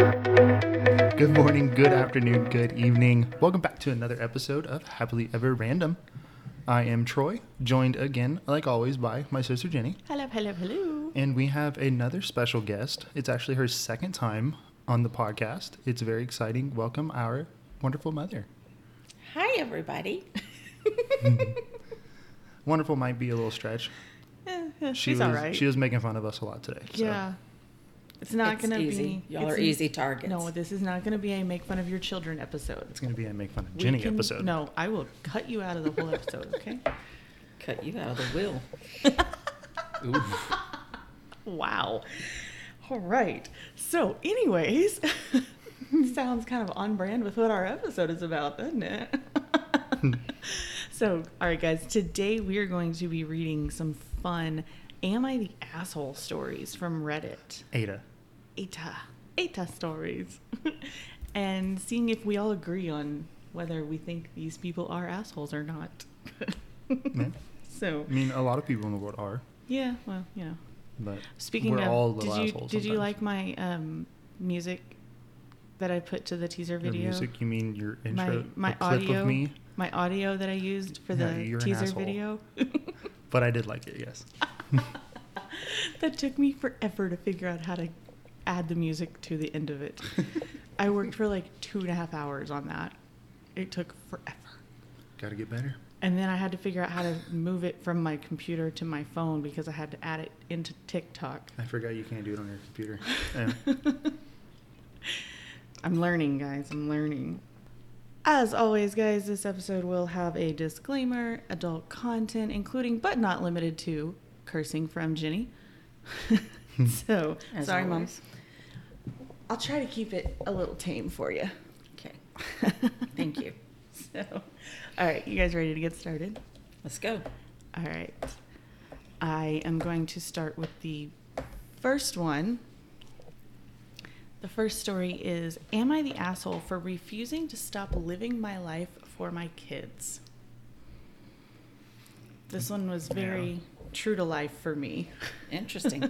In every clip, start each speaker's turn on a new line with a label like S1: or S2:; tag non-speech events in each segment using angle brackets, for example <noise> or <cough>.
S1: Good morning, good afternoon, good evening. Welcome back to another episode of Happily Ever Random. I am Troy, joined again, like always, by my sister Jenny.
S2: Hello, hello,
S1: <laughs>
S2: hello.
S1: And we have another special guest. It's actually her second time on the podcast. It's very exciting. Welcome, our wonderful mother.
S2: Hi, everybody.
S1: Wonderful might be a little stretch. She
S2: She's
S1: was,
S2: all right.
S1: She was making fun of us a lot today. so-
S2: yeah. It's not
S3: It's
S2: going to be.
S3: easy. Y'all
S2: it's
S3: are
S2: n-
S3: easy targets.
S2: No, this is not going to be a make fun of your children episode.
S1: It's going to be a make fun of
S2: We
S1: Jenny
S2: can-
S1: episode.
S2: No, I will cut you out of the whole episode, okay?
S3: Cut you out of the will.
S1: Ooh.
S2: wow. All right. So, anyways, <laughs> sounds kind of on brand with what our episode is about, doesn't it? <laughs> so, all right, guys, today we are going to be reading some fun Am I the Asshole stories from Reddit.
S1: Ada.
S2: ETA, ETA stories, <laughs> and seeing if we all agree on whether we think these people are assholes or not. <laughs>
S1: Yeah.
S2: so,
S1: I mean, a lot of people in the world are,
S2: yeah, well, you know.
S1: but
S2: Speaking
S1: we're
S2: of,
S1: all little
S2: did you
S1: assholes
S2: did you
S1: sometimes.
S2: like my um, music that I put to the teaser
S1: Your
S2: video?
S1: music, you mean your
S2: my
S1: intro,
S2: my
S1: the clip
S2: audio,
S1: of me?
S2: my audio that I used for
S1: Yeah,
S2: the
S1: you're an
S2: teaser
S1: asshole.
S2: video. <laughs>
S1: <laughs> But I did like it, yes.
S2: that took me forever to figure out how to add the music to the end of it. <laughs> I worked for like two and a half hours on that. It took forever.
S1: <laughs> Gotta get better.
S2: And then I had to figure out how to move it from my computer to my phone because I had to add it into TikTok.
S1: I forgot you can't do it on your
S2: <laughs>
S1: computer. Yeah.
S2: I'm learning, guys. I'm learning. As always, guys, this episode will have a disclaimer, adult content, including but not limited to cursing from
S3: <laughs>
S2: Jenny. so,
S3: As
S2: sorry, Mom.
S3: always.
S2: I'll try to keep it a little tame for you.
S3: Okay.
S2: <laughs>
S3: Thank you.
S2: So, all right, you guys ready to get started?
S3: Let's go.
S2: All right. I am going to start with the first one. The first story is Am I the asshole for refusing to stop living my life for my kids? This one was very true to life for me.
S3: Interesting.
S2: <laughs>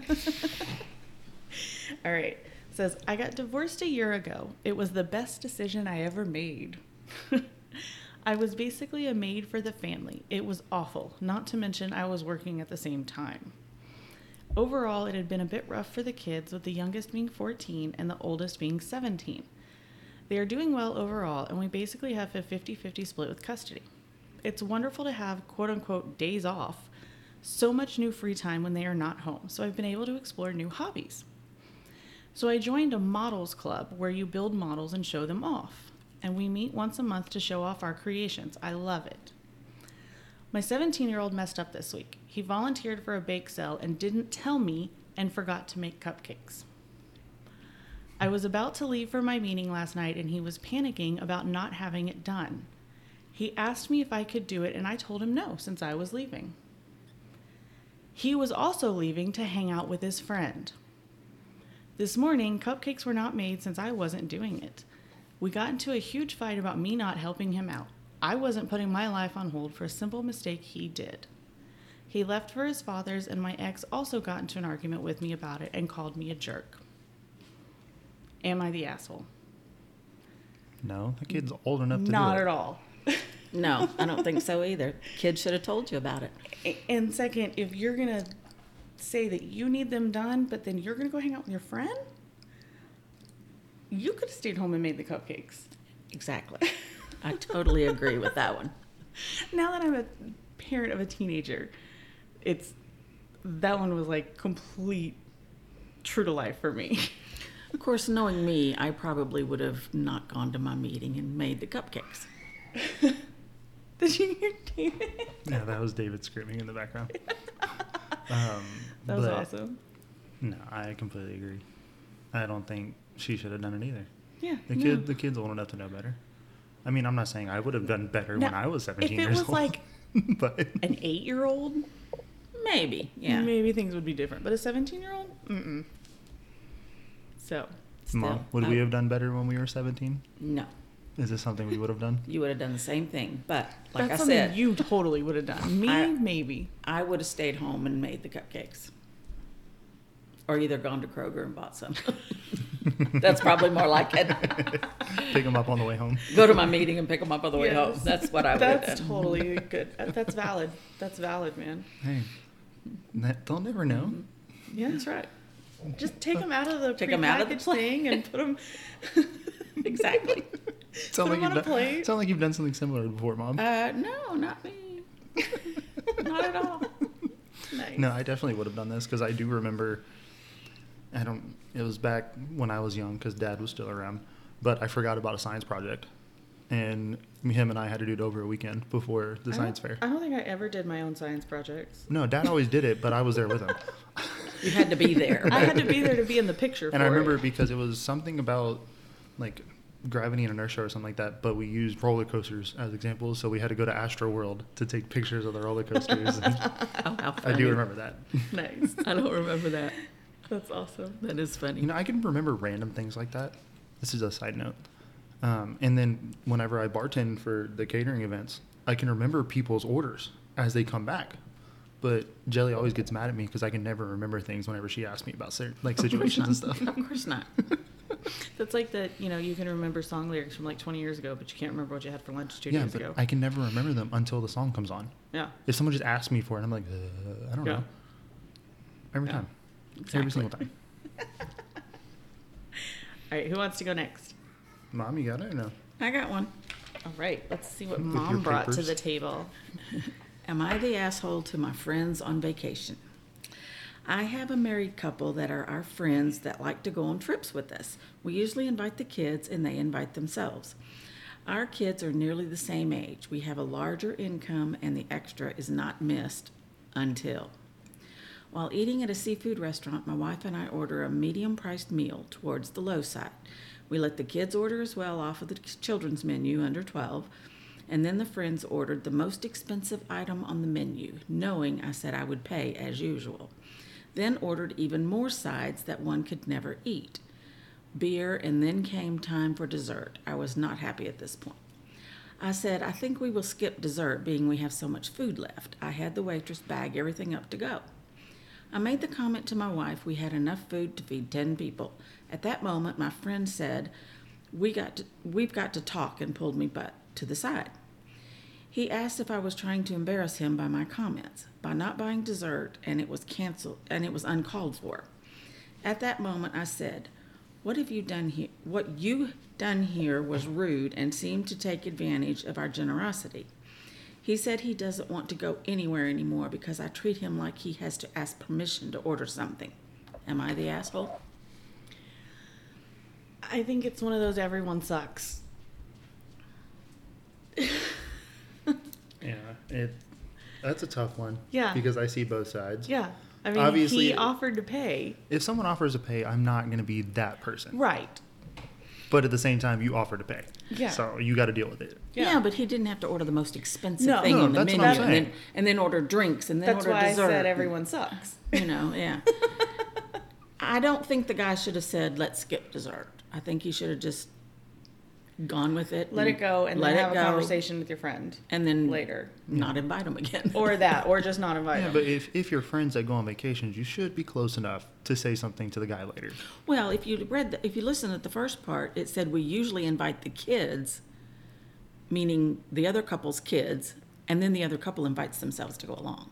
S2: All right. Says, I got divorced a year ago. It was the best decision I ever made. <laughs> I was basically a maid for the family. It was awful, not to mention I was working at the same time. Overall, it had been a bit rough for the kids, with the youngest being 14 and the oldest being 17. They are doing well overall, and we basically have a 50 50 split with custody. It's wonderful to have quote unquote days off, so much new free time when they are not home, so I've been able to explore new hobbies. So I joined a models club where you build models and show them off. And we meet once a month to show off our creations. I love it. My 17 year old messed up this week. He volunteered for a bake sale and didn't tell me and forgot to make cupcakes. I was about to leave for my meeting last night and he was panicking about not having it done. He asked me if I could do it and I told him no since I was leaving. He was also leaving to hang out with his friend. This morning, cupcakes were not made since I wasn't doing it. We got into a huge fight about me not helping him out. I wasn't putting my life on hold for a simple mistake he did. He left for his father's, and my ex also got into an argument with me about it and called me a jerk. Am I the asshole?
S1: No, the kid's old enough to
S2: Not
S1: do it.
S2: at <laughs> all.
S3: No, <laughs> I don't think so either. Kid should have told you about it.
S2: A- And second, if you're gonna say that you need them done, but then you're gonna go hang out with your friend, you could have stayed home and made the cupcakes.
S3: Exactly. <laughs> I totally agree with that one.
S2: now that I'm a parent of a teenager, it's that one was like complete true to life for me. <laughs>
S3: Of course, knowing me, I probably would have not gone to my meeting and made the cupcakes.
S2: Did you hear David?
S1: Yeah, that was David screaming in the
S2: <laughs>
S1: background. <laughs> Um,
S2: That was
S1: but
S2: awesome.
S1: No, I completely agree. I don't think she should have done it either.
S2: Yeah.
S1: The
S2: no.
S1: kid, the kid's old enough to know better. I mean, I'm not saying I would have done better when
S2: No,
S1: I was 17
S2: if it
S1: years
S2: was
S1: old.
S2: like
S1: <laughs> but
S2: an eight-year-old,
S3: Maybe, yeah.
S2: maybe things would be different. But a seventeen-year-old, mm-mm. So
S3: Still,
S1: mom, would
S3: I-
S1: we have done better when we were 17?
S3: No.
S1: Is this something we would have done?
S4: You would have done the same thing. But like
S2: That's
S4: I
S2: something
S4: said,
S2: you totally would have done. Me,
S4: I-
S2: maybe.
S4: I would have stayed home and made the cupcakes. Or either gone to Kroger and bought
S2: <laughs>
S4: some. That's probably more like it.
S1: <laughs> Pick them up on the way home.
S4: Go to my meeting and pick them up on the way
S2: Yes.
S4: home. That's
S2: <laughs>
S4: what I would have done.
S2: That's totally
S4: <laughs>
S2: good. uh, That's valid. That's valid, man.
S1: Hey, ne- they'll never know.
S2: Yeah, that's right. Just take them out of the
S4: Take 'em out of the
S2: prepackaged
S4: pla-
S2: thing and put <laughs> them.
S4: <laughs> Exactly.
S1: <laughs> Sound
S2: Put 'em on a
S1: you've done,
S2: plate.
S1: sound like you've done something similar before, Mom. <laughs>
S4: Uh, no, not me. not at all.
S2: Nice.
S1: No, I definitely would have done this because I do remember. I don't. It was back when I was young because Dad was still around, but I forgot about a science project, and him and I had to do it over a weekend before the
S2: I
S1: science fair.
S2: don't- I don't think I ever did my own science projects.
S1: No, Dad always did it, but I was there with him, <laughs>
S4: You had to be there.
S2: I had to be there to be in the picture.
S1: and I
S2: for it.
S1: remember because it was something about like gravity and inertia or something like that. But we used roller coasters as examples, so we had to go to Astro World to take pictures of the roller coasters.
S2: <laughs>
S1: and
S5: Oh, how
S1: I
S5: funny.
S1: do remember that.
S2: Nice.
S5: I don't remember that.
S2: That's awesome.
S5: That is funny.
S1: You know, I can remember random things like that. This is a side note. Um, and then whenever I bartend for the catering events, I can remember people's orders as they come back. But Jelly always gets mad at me because I can never remember things whenever she asks me about cer-
S2: <laughs>
S1: like situations and stuff.
S5: of
S1: <laughs>
S5: course not.
S2: That's like that. You know, you can remember song lyrics from like 20 years ago, but you can't remember what you had for lunch two
S1: yeah,
S2: days
S1: but
S2: ago.
S1: I can never remember them until the song comes on.
S2: yeah.
S1: If someone just asks me for it, I'm like, uh, I don't
S2: Yeah.
S1: know. Every
S2: Yeah.
S1: time, every single time.
S2: <laughs> All right. Who wants to go next?
S1: Mom, you got it or no?
S5: I got one.
S2: All right. Let's see what
S1: With
S2: mom
S1: your
S2: brought to
S1: papers.
S2: the table.
S5: Am I the asshole to my friends on vacation? I have a married couple that are our friends that like to go on trips with us. We usually invite the kids and they invite themselves. Our kids are nearly the same age. We have a larger income and the extra is not missed until. While eating at a seafood restaurant, my wife and I order a medium priced meal towards the low side. We let the kids order as well off of the children's menu under 12, and then the friends ordered the most expensive item on the menu, knowing I said I would pay as usual. Then ordered even more sides that one could never eat. Beer, and then came time for dessert. I was not happy at this point. I said, I think we will skip dessert, being we have so much food left. I had the waitress bag everything up to go. I made the comment to my wife we had enough food to feed 10 people. At that moment, my friend said, we got to, We've got to talk, and pulled me butt to the side. He asked if I was trying to embarrass him by my comments, by not buying dessert, and it was canceled and it was uncalled for. At that moment I said, What have you done here what you done here was rude and seemed to take advantage of our generosity. He said he doesn't want to go anywhere anymore because I treat him like he has to ask permission to order something. Am I the asshole?
S2: I think it's one of those everyone sucks.
S1: Yeah, it. That's a tough one.
S2: Yeah.
S1: Because I see both sides.
S2: Yeah. I mean,
S1: Obviously-
S2: he offered to pay.
S1: If someone offers to pay, I'm not going to be that person.
S2: Right.
S1: But at the same time, you offer to pay.
S2: Yeah.
S1: So you got to deal with it.
S2: Yeah.
S5: Yeah. but he didn't have to order the most expensive
S2: No.
S5: thing
S1: No,
S5: on the
S1: that's
S5: menu
S1: what I'm
S5: and, then,
S1: saying.
S5: and then order drinks and then
S2: That's
S5: order
S2: why
S5: dessert.
S2: I said everyone sucks.
S5: you know, yeah. <laughs> I don't think the guy should have said, let's skip dessert. I think he should have just gone with it.
S2: Let it go and
S5: let
S2: then
S5: it
S2: have a
S5: go,
S2: conversation with your friend
S5: And then
S2: later.
S5: not invite him again.
S2: Or
S5: <laughs>
S2: that, or just not invite
S1: Yeah,
S2: him.
S1: but if, if you're friends that go on vacations, you should be close enough to say something to the guy later.
S5: Well, if you read, the, if you listened at the first part, it said we usually invite the kids, meaning the other couple's kids, and then the other couple invites themselves to go along.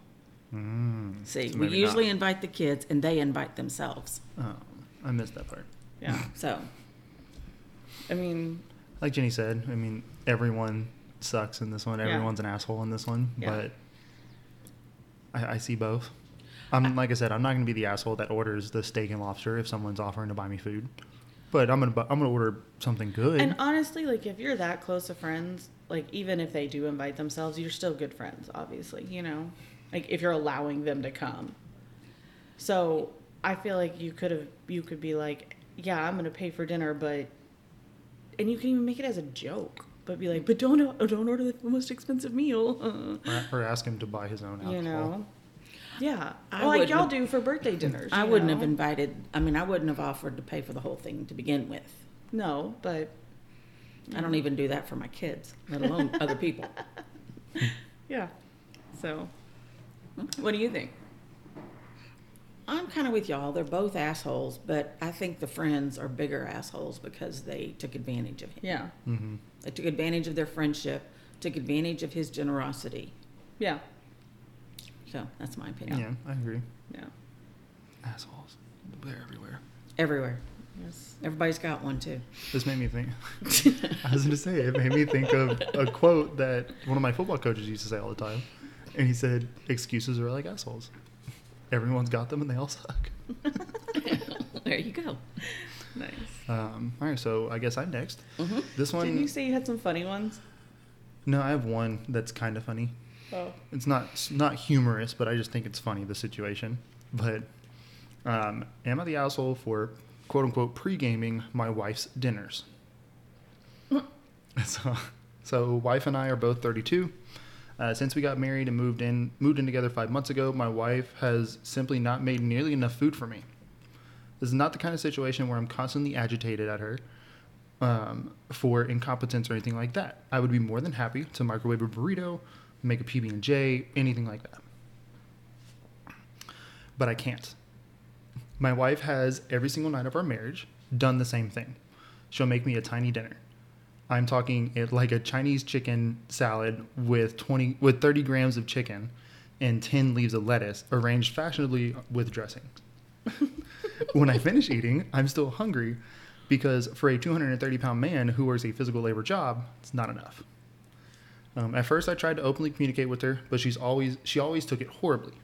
S5: See,
S1: Hmm. so
S5: we
S1: maybe
S5: usually
S1: not.
S5: invite the kids, and they invite themselves.
S1: Oh, I missed that part.
S2: yeah.
S5: So
S2: I mean,
S1: Like Jenny said, I mean, everyone sucks in this one.
S2: Yeah.
S1: Everyone's an asshole in this one.
S2: Yeah.
S1: But I, I see both. I'm like I said, I'm not going to be the asshole that orders the steak and lobster if someone's offering to buy me food. But I'm gonna bu- I'm gonna order something good.
S2: and honestly, like if you're that close of friends, like even if they do invite themselves, you're still good friends, obviously, you know? Like if you're allowing them to come. So I feel like you could have, you could be like, yeah, I'm going to pay for dinner, but, and you can even make it as a joke, but be like, but don't, oh, don't order the most
S1: <laughs>
S2: expensive meal.
S1: or, or ask him to buy his own alcohol.
S2: you know? Yeah.
S5: I
S2: well, like
S5: wouldn't
S2: y'all
S5: have-
S2: do for birthday dinners.
S5: I
S2: you
S5: wouldn't have
S2: know?
S5: invited. I mean, I wouldn't have offered to pay for the whole thing to begin with.
S2: No, but
S5: I don't even do that for my kids,
S2: <laughs>
S5: let alone other people.
S2: Yeah. So, what do you think?
S5: I'm kind of with y'all. They're both assholes, but I think the friends are bigger assholes because they took advantage of him.
S2: Yeah.
S1: Mm-hmm.
S5: They uh, took advantage of their friendship, took advantage of his generosity.
S2: Yeah.
S5: So that's my
S1: Yeah,
S5: opinion.
S1: I agree.
S2: Yeah.
S1: Assholes. They're everywhere.
S5: Everywhere.
S2: Yes.
S5: Everybody's got one too.
S1: This made me
S2: <laughs>
S1: think. I was going to say, it made me think of a quote that one of my football coaches used to say all the time. And he said, excuses are like assholes. Everyone's got them and they all suck.
S5: there you go.
S2: Nice.
S1: Um, all right, so I guess I'm next.
S5: Mm-hmm.
S1: This one,
S2: Didn't you say you had some funny ones?
S1: no, I have one that's kind of funny.
S2: <laughs> Oh.
S1: It's not it's not humorous, but I just think it's funny the situation. But um, am I the asshole for quote unquote pre gaming my wife's dinners? <laughs> so, so wife and I are both 32. Uh, since we got married and moved in moved in together five months ago, my wife has simply not made nearly enough food for me. This is not the kind of situation where I'm constantly agitated at her um, for incompetence or anything like that. I would be more than happy to microwave a burrito, make a PB and J, anything like that. But I can't. My wife has every single night of our marriage done the same thing. She'll make me a tiny dinner. I'm talking it like a Chinese chicken salad with 20 with 30 grams of chicken and 10 leaves of lettuce arranged fashionably with dressing. when I finish eating, I'm still hungry because for a 230 pound man who works a physical labor job, it's not enough. Um, at first, I tried to openly communicate with her, but she's always she always took it horribly.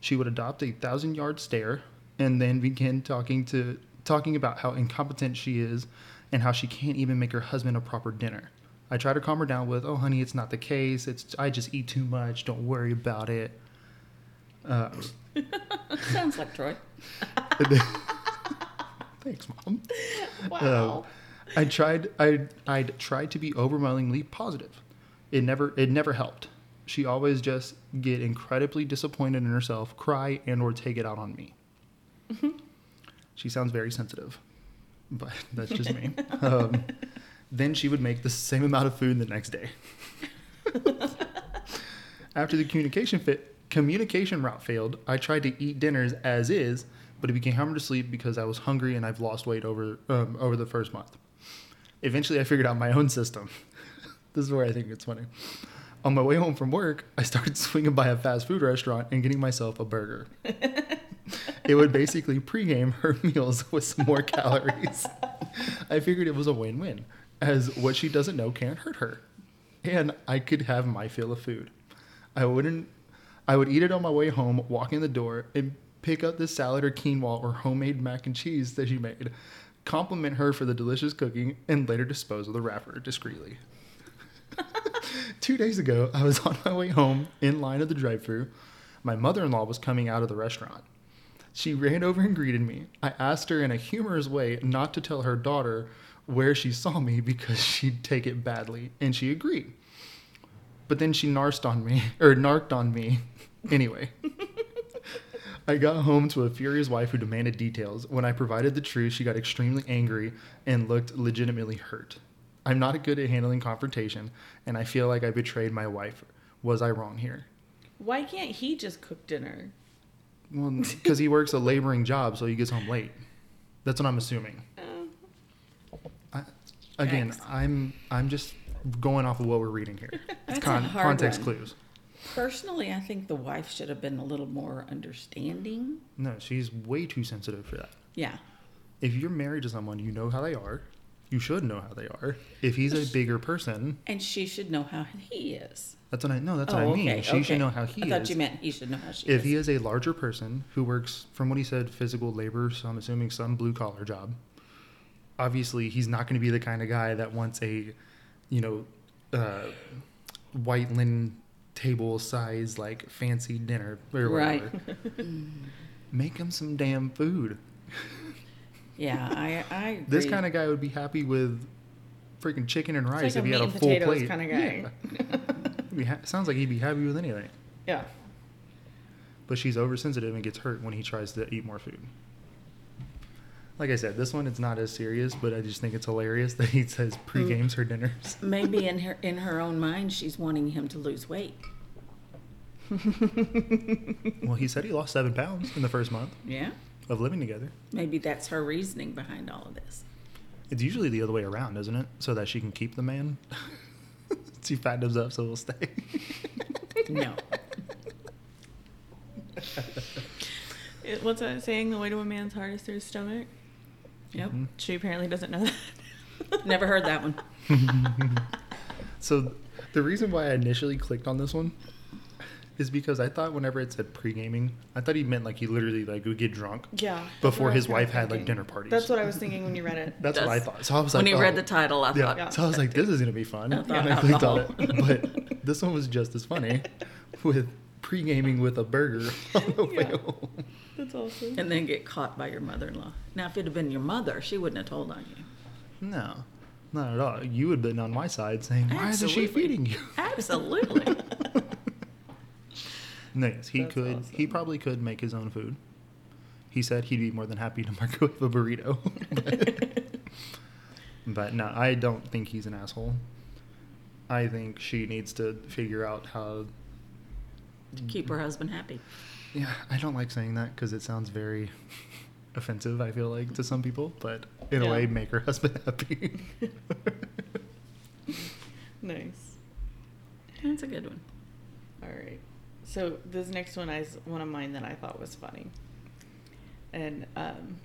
S1: She would adopt a thousand yard stare and then begin talking to talking about how incompetent she is and how she can't even make her husband a proper dinner. I try to calm her down with, "Oh, honey, it's not the case. It's I just eat too much. Don't worry about it." Uh,
S5: Sounds like Troy.
S1: Thanks, mom.
S2: <laughs>
S1: Wow. Um, I tried. I I'd tried to be overwhelmingly positive. It never it never helped. She always just get incredibly disappointed in herself, cry, and or take it out on me. She sounds very sensitive, but <laughs> that's just me. um, then she would make the same amount of food the next day. After the communication fit communication route failed, I tried to eat dinners as is, but it became hammered to sleep because I was hungry and I've lost weight over um, over the first month. Eventually, I figured out my own system. <laughs> this is where I think it's funny. On my way home from work, I started <laughs> swinging by a fast food restaurant and getting myself a burger. it would basically pregame her <laughs> meals with some more calories. <laughs> I figured it was a win-win, as what she doesn't know can't hurt her and I could have my fill of food. I wouldn't. I would eat it on my way home, walk in the door, and pick up the salad or quinoa or homemade mac and cheese that she made. Compliment her for the delicious cooking, and later dispose of the wrapper discreetly. <laughs> Two days ago, I was on my way home in line at the drive-through. My mother-in-law was coming out of the restaurant. She ran over and greeted me. I asked her in a humorous way not to tell her daughter where she saw me because <laughs> she'd take it badly, and she agreed. But then she narced on me, <laughs> or narked on me. <laughs> Anyway, I got home to a furious wife who demanded details. When I provided the truth, she got extremely angry and looked legitimately hurt. I'm not good at handling confrontation, and I feel like I betrayed my wife. Was I wrong here?
S2: Why can't he just cook dinner?
S1: Well, because he works a laboring job, so he gets home late. That's what I'm assuming.
S2: Uh,
S1: I, again,
S5: Yikes.
S1: I'm I'm just going off of what we're reading here.
S5: <laughs> That's a hard
S1: context
S5: one.
S1: clues.
S5: Personally, I think the wife should have been a little more understanding.
S1: No, she's way too sensitive for that.
S5: Yeah.
S1: If you're married to someone, you know how they are. You should know how they are. If he's a bigger person,
S5: And she should know how he is. Oh,
S1: that's what I no. That's what I mean. She should know how he
S5: I thought
S1: is.
S5: you meant he should know how she
S1: if
S5: is.
S1: he is a larger person who works, from what he said, physical labor, so I'm assuming some blue collar job, obviously he's not going to be the kind of guy that wants a, you know, uh, white linen table size, like fancy dinner or
S5: Right.
S1: whatever.
S2: <laughs>
S1: Make him some damn food.
S5: yeah, I, I agree.
S1: <laughs> This kind of guy would be happy with freaking chicken and rice
S2: It's
S1: if
S2: like a
S1: he had
S2: meat
S1: a
S2: and
S1: full
S2: potatoes
S1: plate.
S2: kind of guy.
S1: <laughs> He'd be ha- sounds like he'd be happy with anything.
S2: <laughs> Yeah.
S1: but she's oversensitive and gets hurt when he tries to eat more food. Like I said, this one it's not as serious, but I just think it's hilarious that he says pre-games her dinners.
S3: <laughs> Maybe in her in her own mind, she's wanting him to lose weight.
S1: <laughs> Well, he said he lost seven pounds in the first month
S3: Yeah.
S1: of living together.
S3: Maybe that's her reasoning behind all of this.
S1: It's usually the other way around, isn't it? So that she can keep the man. <laughs> she fattens up, so he'll stay.
S3: No.
S2: <laughs> It- what's that saying? The way to a man's heart is through his stomach.
S3: <laughs> Yep.
S1: Mm-hmm.
S2: She apparently doesn't know that.
S3: Never heard that one.
S1: So the reason why I initially clicked on this one is because I thought whenever it said pre-gaming, I thought he meant like he literally like would get drunk.
S2: <laughs> Yeah. that's
S1: Before
S2: what I was
S1: his
S2: kinda
S1: wife had, like,
S2: thinking.
S1: dinner parties.
S2: That's what I was thinking when you
S1: <laughs>
S2: read it.
S1: That's, what I
S5: That's-
S1: thought. So I was like,
S5: When he read
S1: oh.
S5: the title, I
S1: Yeah.
S5: thought,
S2: Yeah.
S1: So I was like, this is gonna be fun.
S5: I thought
S1: and I clicked on it.
S5: alcohol.
S1: <laughs> But this one was just as
S2: <laughs>
S1: funny with pre-gaming with a burger on the way
S2: Yeah.
S1: home.
S2: That's awesome.
S3: And then get caught by your mother in law. Now, if it had been your mother, she wouldn't have told on you.
S1: No. Not at all. You would have been on my side saying, Why isn't she
S3: Absolutely.
S1: feeding you?
S3: Absolutely.
S1: <laughs> No, yes, he
S2: That's
S1: could he
S2: awesome.
S1: probably could make his own food. He said he'd be more than happy to <laughs> microwave a burrito. <laughs> but no, I don't think he's an asshole. I think she needs to figure out how
S3: to keep her husband happy.
S1: Yeah, I don't like saying that because it sounds very <laughs> offensive, I feel like, to some people, but in a
S2: Yeah.
S1: way, make her husband <laughs>
S3: <laughs>
S1: happy.
S2: <laughs> Nice.
S3: That's a good one.
S2: All right. So this next one is one of mine that I thought was funny, and um,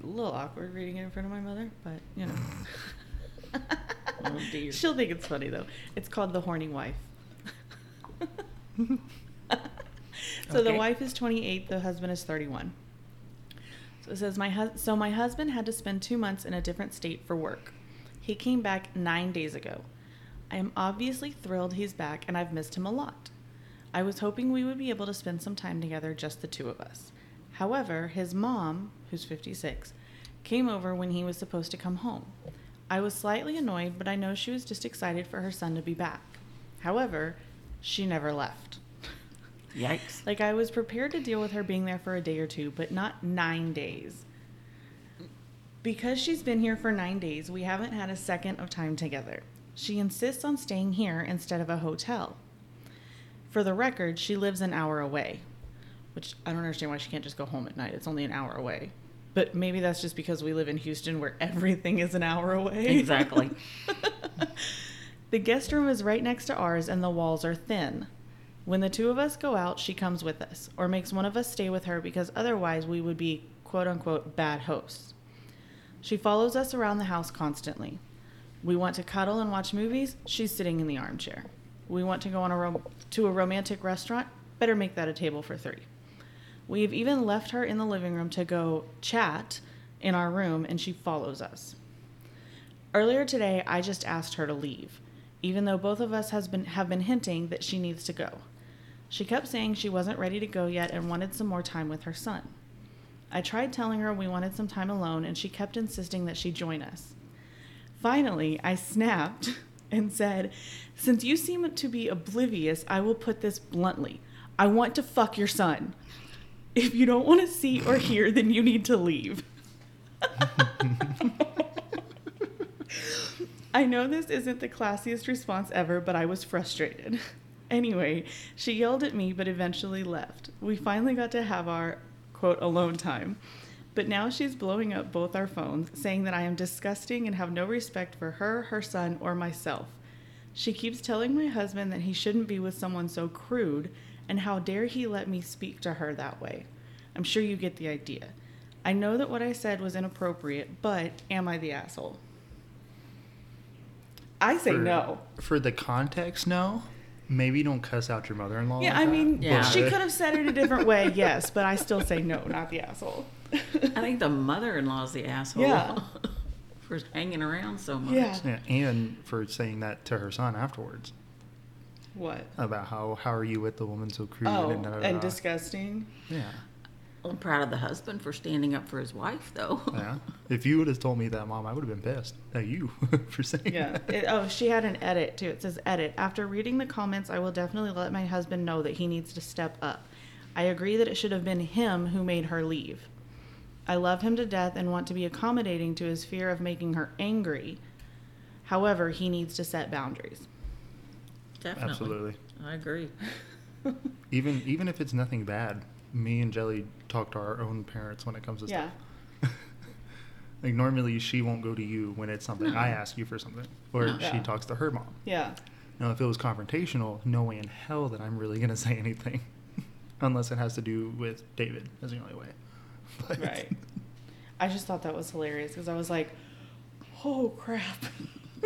S2: a little awkward reading it in front of my mother, but you know,
S3: Oh, dear.
S2: <laughs> she'll think it's funny though. It's called the horny wife. <laughs> so the
S3: Okay.
S2: wife is 28, the husband is 31. So it says my hus- so my husband had to spend 2 months in a different state for work. He came back 9 days ago. I am obviously thrilled he's back and I've missed him a lot. I was hoping we would be able to spend some time together just the two of us. However, his mom, who's 56, came over when he was supposed to come home. I was slightly annoyed, but I know she was just excited for her son to be back. However, she never left.
S3: Yikes.
S2: Like I was prepared to deal with her being there for a day or two, but not nine days. Because she's been here for nine days, we haven't had a second of time together. She insists on staying here instead of a hotel. For the record, she lives an hour away, which I don't understand why she can't just go home at night. It's only an hour away. But maybe that's just because we live in Houston where everything is an hour away.
S3: Exactly.
S2: <laughs> The guest room is right next to ours and the walls are thin. When the two of us go out, she comes with us or makes one of us stay with her because otherwise we would be quote unquote bad hosts. She follows us around the house constantly. We want to cuddle and watch movies, she's sitting in the armchair. We want to go on a rom- to a romantic restaurant, better make that a table for 3. We have even left her in the living room to go chat in our room and she follows us. Earlier today, I just asked her to leave, even though both of us has been, have been hinting that she needs to go. She kept saying she wasn't ready to go yet and wanted some more time with her son. I tried telling her we wanted some time alone, and she kept insisting that she join us. Finally, I snapped <laughs> and said, Since you seem to be oblivious, I will put this bluntly. I want to fuck your son. If you don't want to see or hear, then you need to leave. I know this isn't the classiest response ever, but I was frustrated. <laughs> Anyway, she yelled at me but eventually left. We finally got to have our quote alone time. But now she's blowing up both our phones, saying that I am disgusting and have no respect for her, her son, or myself. She keeps telling my husband that he shouldn't be with someone so crude, and how dare he let me speak to her that way. I'm sure you get the idea. I know that what I said was inappropriate, but am I the asshole? I <laughs> say
S1: For-
S2: no.
S1: For the context, no. Maybe don't cuss out your mother in law.
S2: Yeah, I mean,
S3: Yeah.
S2: she could have said it a
S1: <laughs>
S2: different way, yes, but I still say no, not the asshole.
S3: I think the mother in law's the asshole
S2: Yeah.
S3: <laughs> for hanging around so much.
S2: yeah.
S1: Yeah, and for saying that to her son afterwards
S2: <laughs> What?
S1: about how how are you with the woman so crude
S2: Oh,
S1: and, da, da, da.
S2: and disgusting.
S1: yeah,
S3: I'm proud of the husband for standing up for his wife, though.
S1: <laughs> yeah. If you would have told me that, mom, I would have been pissed at you <laughs> for saying <laughs>
S2: Yeah.
S1: that.
S2: It, oh, she had an edit too. It says edit. After reading the comments, I will definitely let my husband know that he needs to step up. I agree that it should have been him who made her leave. I love him to death and want to be accommodating to his fear of making her angry. However, he needs to set boundaries.
S6: Definitely.
S1: Absolutely.
S6: I agree.
S1: Even even if it's nothing bad, me and Jelly talk to our own parents when it comes to
S2: Yeah.
S1: stuff. <laughs> like normally she won't go to you when it's something
S5: No.
S1: I ask you for something, or
S5: No.
S1: she
S2: Yeah.
S1: talks to her mom.
S2: <laughs> Yeah.
S1: Now, if it was confrontational, no way in hell that I'm really gonna <laughs> say anything, unless it has to do with David. That's the only way. <laughs> But
S2: Right. I just thought that was hilarious because I was like, oh crap.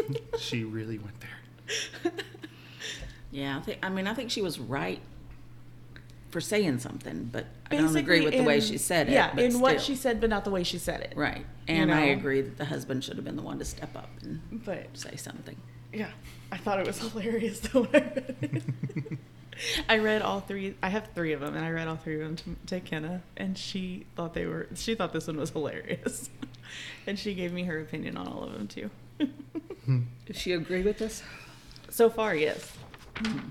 S1: <laughs> she really went there.
S5: Yeah, I, think, I mean, I think she was right for saying something, but I don't agree with the way
S2: in-
S5: she said it.
S2: Yeah,
S5: but
S2: in what she
S5: still.
S2: said, but not the way she said it.
S5: Right.
S2: you
S5: And I
S2: know?
S5: agree that the husband should have been the one to step up and
S2: But
S5: say something.
S2: yeah, I thought it was hilarious <laughs> though when I read it. I read all three. I have three of them, and I read all three of them to, to Kenna, and she thought they were. She thought this one was hilarious, <laughs> and she gave me her opinion on all of them too. <laughs>
S1: Hmm.
S6: Does she agree with us?
S2: so far, yes.
S5: Mm-hmm.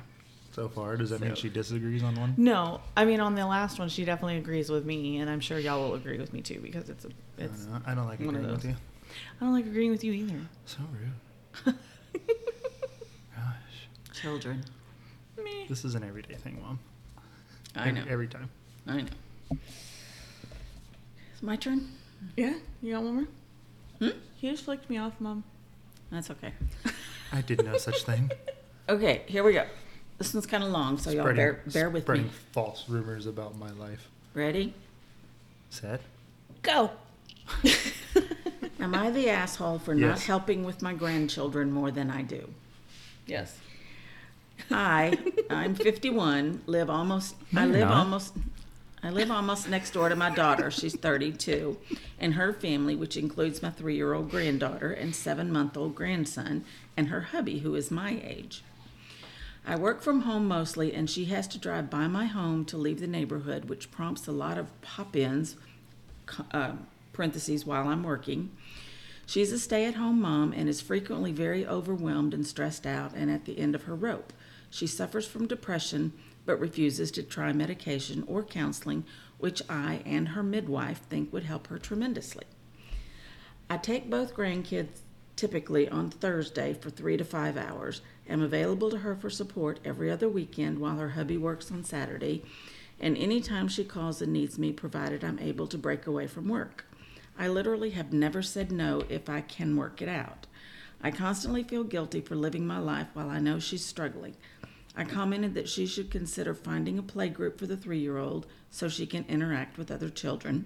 S1: So far, does that mean
S2: So-
S1: she disagrees on one?
S2: No, I mean on the last one, she definitely agrees with me, and I'm sure y'all will agree with me too because it's a.
S1: I
S2: It's.
S1: don't know. I don't like
S2: one of
S1: agreeing with
S2: those.
S1: you.
S2: I don't like agreeing with you either. <laughs>
S1: So rude. Gosh,
S5: Children.
S2: Me.
S1: this is an everyday thing, mom.
S5: I
S1: every,
S5: know.
S1: Every time.
S5: I know. It's my turn.
S2: Yeah, you got one more.
S5: Hmm?
S2: He just flicked me off, mom.
S5: That's okay.
S1: I did no
S2: <laughs>
S1: such thing.
S5: Okay, here we go. This one's kind of long, so Oh, y'all bear, bear with
S1: spreading
S5: me.
S1: false rumors about my life.
S5: Ready?
S1: Said.
S2: Go.
S5: <laughs> Am I the asshole for not
S1: Yes.
S5: helping with my grandchildren more than I do?
S2: Yes.
S5: I, I'm 51, live almost, I
S1: you're
S5: live
S1: not.
S5: almost, I live almost next door to my daughter. She's 32, and her family, which includes my three-year-old granddaughter and seven-month-old grandson, and her hubby, who is my age. I work from home mostly, and she has to drive by my home to leave the neighborhood, which prompts a lot of pop-ins. co- Uh, parentheses while I'm working. She's a stay at home mom and is frequently very overwhelmed and stressed out and at the end of her rope. She suffers from depression but refuses to try medication or counseling, which I and her midwife think would help her tremendously. I take both grandkids typically on Thursday for three to five hours, am available to her for support every other weekend while her hubby works on Saturday, and anytime she calls and needs me, provided I'm able to break away from work. I literally have never said no if I can work it out. I constantly feel guilty for living my life while I know she's struggling. I commented that she should consider finding a playgroup for the three year old so she can interact with other children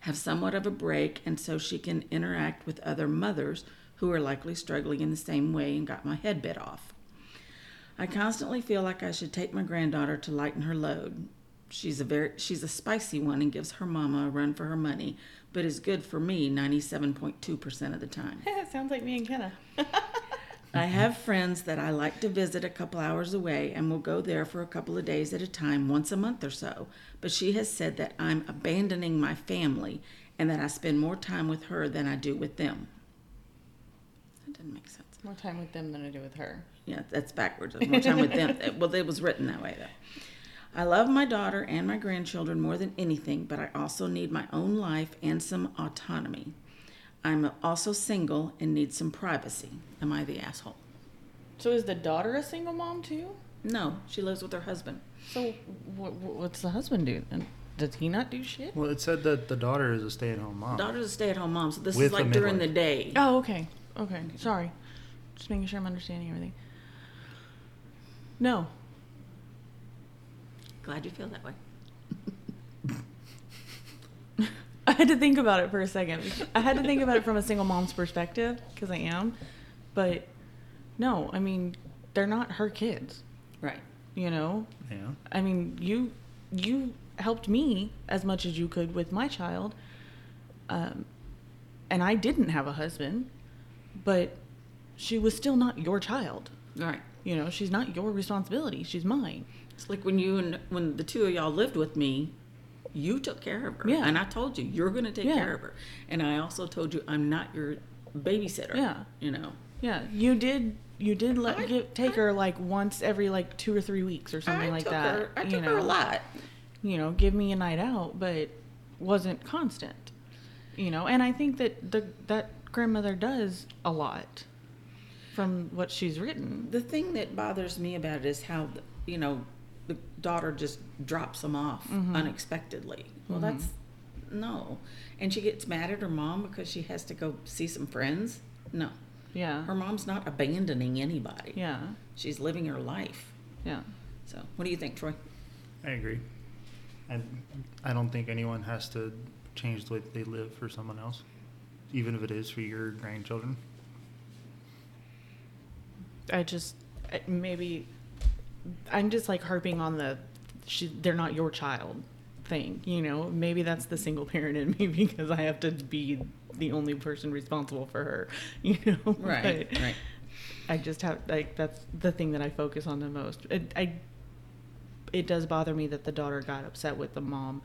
S5: have somewhat of a break and so she can interact with other mothers who are likely struggling in the same way and got my head bit off. I constantly feel like I should take my granddaughter to lighten her load. She's a very she's a spicy one and gives her mama a run for her money, but is good for me 97.2% of the time.
S2: Sounds like me and Kenna.
S5: I have friends that I like to visit a couple hours away and will go there for a couple of days at a time once a month or so. But she has said that I'm abandoning my family and that I spend more time with her than I do with them. That doesn't make sense.
S2: More time with them than I do with her.
S5: Yeah, that's backwards. There's More time with them. Well, it was written that way though. I love my daughter and my grandchildren more than anything, but I also need my own life and some autonomy. I'm also single and need some privacy. Am I the asshole?
S2: So is the daughter a single mom too?
S5: No, she lives with her husband.
S2: So wh- wh- what's the husband do? And does he not do shit?
S1: Well, it said that the daughter is a stay-at-home mom.
S5: Daughter's a stay-at-home mom, so this
S1: With
S5: is
S1: a
S5: like during the
S1: midwife.
S5: day.
S2: Oh, okay. Okay. Sorry. Just making sure I'm understanding everything. No.
S5: Glad you feel that way.
S2: <laughs> I had to think about it for a second. I had to think about it from a single mom's perspective because I am. But no, I mean, they're not her kids,
S5: Right.
S2: you know?
S1: Yeah.
S2: I mean, you you helped me as much as you could with my child, um, and I didn't have a husband, but she was still not your child.
S5: Right.
S2: You know, she's not your responsibility. She's mine.
S5: It's like when you and when the two of y'all lived with me, you took care of her.
S2: Yeah.
S5: And I told you you're going to take
S2: Yeah.
S5: care of her. And I also told you I'm not your babysitter.
S2: Yeah.
S5: You know.
S2: Yeah, you did. You did let
S5: I-
S2: get, take her like once every like two or three weeks or something
S5: I
S2: like
S5: took
S2: that.
S5: Her, I
S2: you
S5: took
S2: know,
S5: her a lot.
S2: You know, give me a night out, but wasn't constant, you know. And I think that the that grandmother does a lot from what she's written.
S5: The thing that bothers me about it is how, the- you know, the daughter just drops them off unexpectedly. Well, that's no. And she gets mad at her mom because she has to go see some friends. No.
S2: Yeah,
S5: Her mom's not abandoning anybody.
S2: yeah,
S5: She's living her life.
S2: yeah.
S5: So, what do you think, Troy?
S1: I agree. And I don't think anyone has to change the way that they live for someone else, even if it is for your grandchildren.
S2: I just I- maybe I'm just like harping on the she, they're not your child thing, you know. Maybe that's the single parent in me <laughs> because I have to be the only person responsible for her, <laughs> you know.
S5: <laughs> Right,
S2: But
S5: right.
S2: I just have like that's the thing that I focus on the most. It, I it does bother me that the daughter got upset with the mom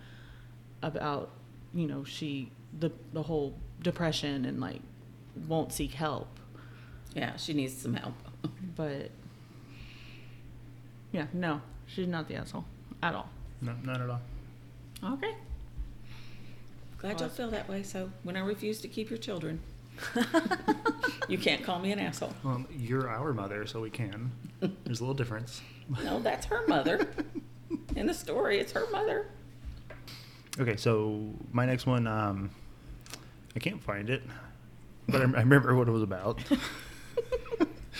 S2: about you know she the the whole depression and like won't seek help,
S5: Yeah, she needs some help. <laughs>
S2: but yeah, no, she's not the asshole at all.
S1: No, not at all.
S5: Okay. Glad y'all
S2: Awesome.
S5: feel that way. So, when I refuse to keep your children, <laughs> you can't call me an asshole.
S1: Well, Um, you're our mother, so we can. There's a little difference.
S5: No, that's her mother. In the story, it's her <laughs> mother.
S1: <laughs> Okay, so my next one, um, I can't find it, but I, I remember what it was about.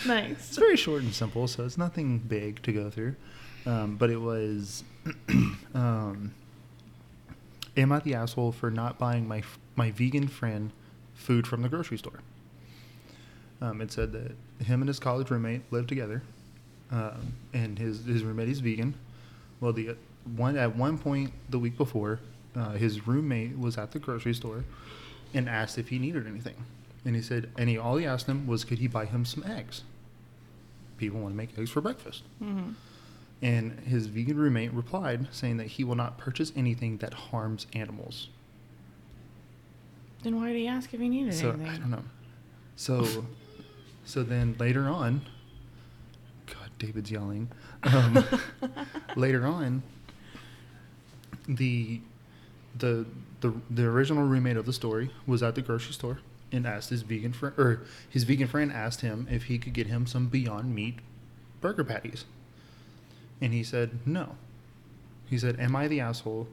S2: Nice.
S1: It's very short and simple, so it's nothing big to go through. Um, but it was, <clears throat> um, am I the asshole for not buying my f- my vegan friend food from the grocery store? Um, it said that him and his college roommate lived together, um, and his his roommate is vegan. Well, the uh, one at one point the week before, uh, his roommate was at the grocery store and asked if he needed anything, and he said, and he all he asked him was, could he buy him some eggs? People want to make eggs for breakfast.
S2: Mm-hmm.
S1: And his vegan roommate replied, saying that he will not purchase anything that harms animals.
S2: Then why did he ask if he needed
S1: So
S2: anything?
S1: I don't know. <laughs> So, so then later on, God, David's yelling. Um, later on, the the the the original roommate of the story was at the grocery store and asked his vegan friend or his vegan friend asked him if he could get him some Beyond Meat burger patties, and he said no. He said, "Am I the asshole?"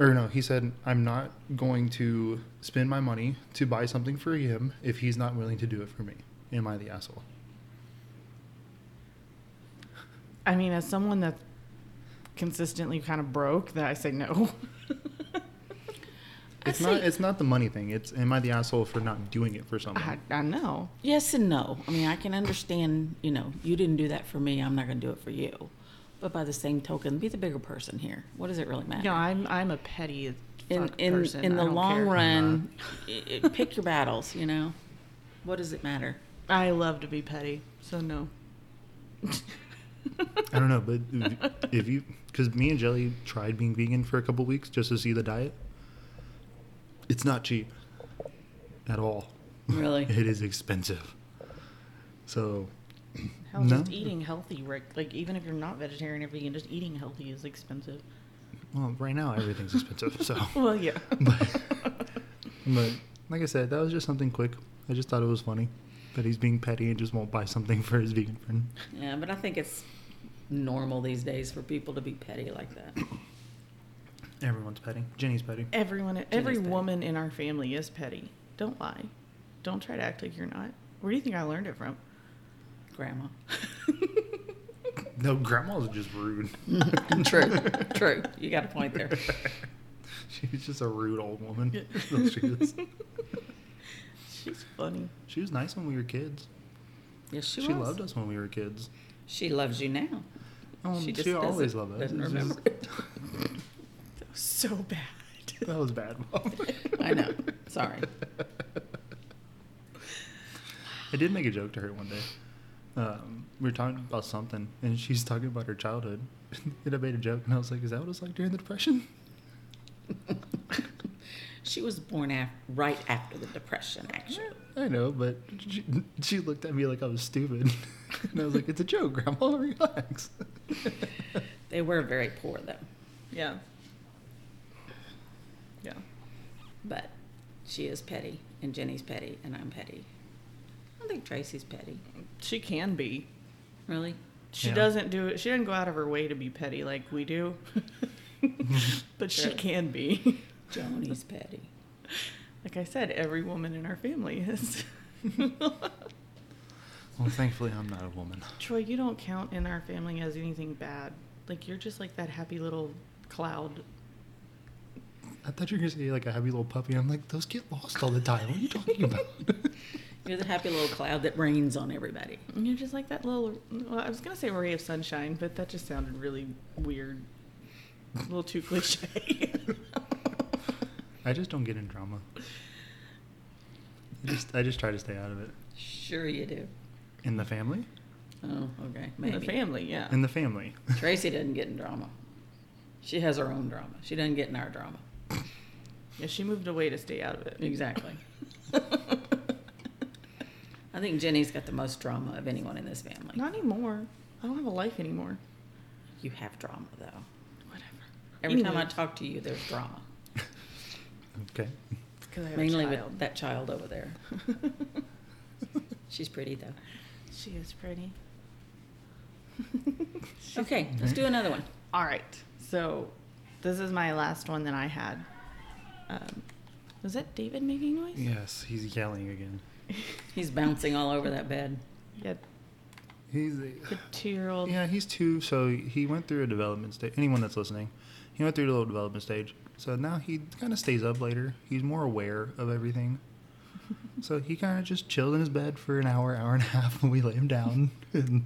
S1: Or no, he said, "I'm not going to spend my money to buy something for him if he's not willing to do it for me." Am I the asshole?
S2: I mean, as someone that's consistently kind of broke, that I say no. <laughs>
S1: It's not. It's not the money thing. It's am I the asshole for not doing it for someone?
S2: I, I know.
S5: Yes and no. I mean, I can understand, you know, you didn't do that for me. I'm not going to do it for you. But by the same token, be the bigger person here. What does it really matter?
S2: No, I'm I'm a petty
S5: in
S2: fuck
S5: in
S2: person.
S5: in
S2: I
S5: the
S2: don't
S5: long
S2: care.
S5: run, i i pick your battles. You know, what does it matter?
S2: I love to be petty, so no.
S1: I don't know, but if- if you, because me and Jelly tried being vegan for a couple weeks just to see the diet. It's not cheap at all.
S5: Really?
S1: <laughs> It is expensive. So
S2: Hell,
S1: No.
S2: just eating healthy, Rick. Like even if you're not vegetarian or vegan, just eating healthy is expensive.
S1: well, right now everything's expensive. So,
S2: <laughs> Well, yeah.
S1: <laughs> but, but like I said, that was just something quick. I just thought it was funny that he's being petty and just won't buy something for his vegan friend.
S5: Yeah, but I think it's normal these days for people to be petty like that.
S1: Everyone's petty. Jenny's petty.
S2: Everyone, every
S5: petty.
S2: woman in our family is petty. Don't lie. Don't try to act like you're not. Where do you think I learned it from?
S5: <coughs> Grandma.
S1: No, grandma's just <laughs> rude.
S5: <laughs> True. True. You got a point there.
S1: <laughs> She's just a rude old woman. <laughs> That's what she is.
S2: <laughs> She's
S5: <laughs>
S2: funny.
S1: She was nice when we were kids.
S5: Yes, she,
S1: She,
S5: was.
S1: loved us when we were kids.
S5: She loves you now.
S1: Um,
S5: She
S1: she
S5: just
S1: always
S5: doesn't-
S1: loved us.
S5: doesn't
S1: It's
S5: remember.
S2: That was so bad.
S1: just- <laughs> that was bad.
S5: <laughs> I know. Sorry.
S1: I did make a joke to her one day. Um, we were talking about something, and she's talking about her childhood. <laughs> and I made a joke, and I was like, "Is that what it's like during the depression?"
S5: <laughs> She was born af- right after the Depression, actually.
S1: I know, but she, she looked at me like I was stupid, <laughs> and I was like, "It's a joke, Grandma. Relax." <laughs>
S5: They were very poor, though.
S2: Yeah. Yeah.
S5: But she is petty, and Jenny's petty, and I'm petty. I don't think Tracy's petty.
S2: She can be.
S5: Really?
S2: She
S1: Yeah.
S2: doesn't do it. She doesn't go out of her way to be petty like we do. <laughs> but she
S5: Sure.
S2: can be. <laughs>
S5: Joni's petty.
S2: Like I said, every woman in our family is. <laughs>
S1: Well, thankfully, I'm not a woman.
S2: Troy, you don't count in our family as anything bad. Like you're just like that happy little cloud.
S1: I thought you were gonna say like a happy little puppy. I'm like, those get lost all the time. What are you talking about?
S5: You're the happy little cloud that rains on everybody.
S2: You're just like that little. Well, I was gonna say ray of sunshine, but that just sounded really weird. <laughs> A little too cliche.
S1: <laughs> I just don't get in drama. I just I just try to stay out of it.
S5: Sure you do.
S1: In the family?
S5: Oh, okay.
S2: in
S5: Maybe.
S2: the family, yeah.
S1: In the family.
S2: <laughs>
S5: Tracy doesn't get in drama. She has her own drama. She doesn't get in our drama.
S2: Yeah, she moved away to stay out of it.
S5: Exactly.
S2: <laughs>
S5: I think Jenny's got the most drama of anyone in this family.
S2: Not anymore. I don't have a life anymore.
S5: You have drama though.
S2: Whatever.
S5: Every time I
S2: Anyway.
S5: talk to you, there's drama.
S1: Okay.
S2: It's 'cause I have
S5: Mainly
S2: a
S5: with
S2: child. <laughs>
S5: that child over there. She's pretty though.
S2: She is <laughs> pretty.
S5: Okay, let's do another one.
S2: All right. So, this is my last one that I had. Um, was that David making noise?
S1: Yes, he's yelling again.
S5: He's bouncing all over that bed.
S2: Yeah.
S1: He's
S2: The two-year-old.
S1: yeah, he's two, so he went through a development stage. Anyone that's listening, he went through a little development stage. So now he kind of stays up later. He's more aware of
S2: <laughs>
S1: everything. So he kind of just chills in his bed for an hour, hour and a half, and we lay him down. <laughs> And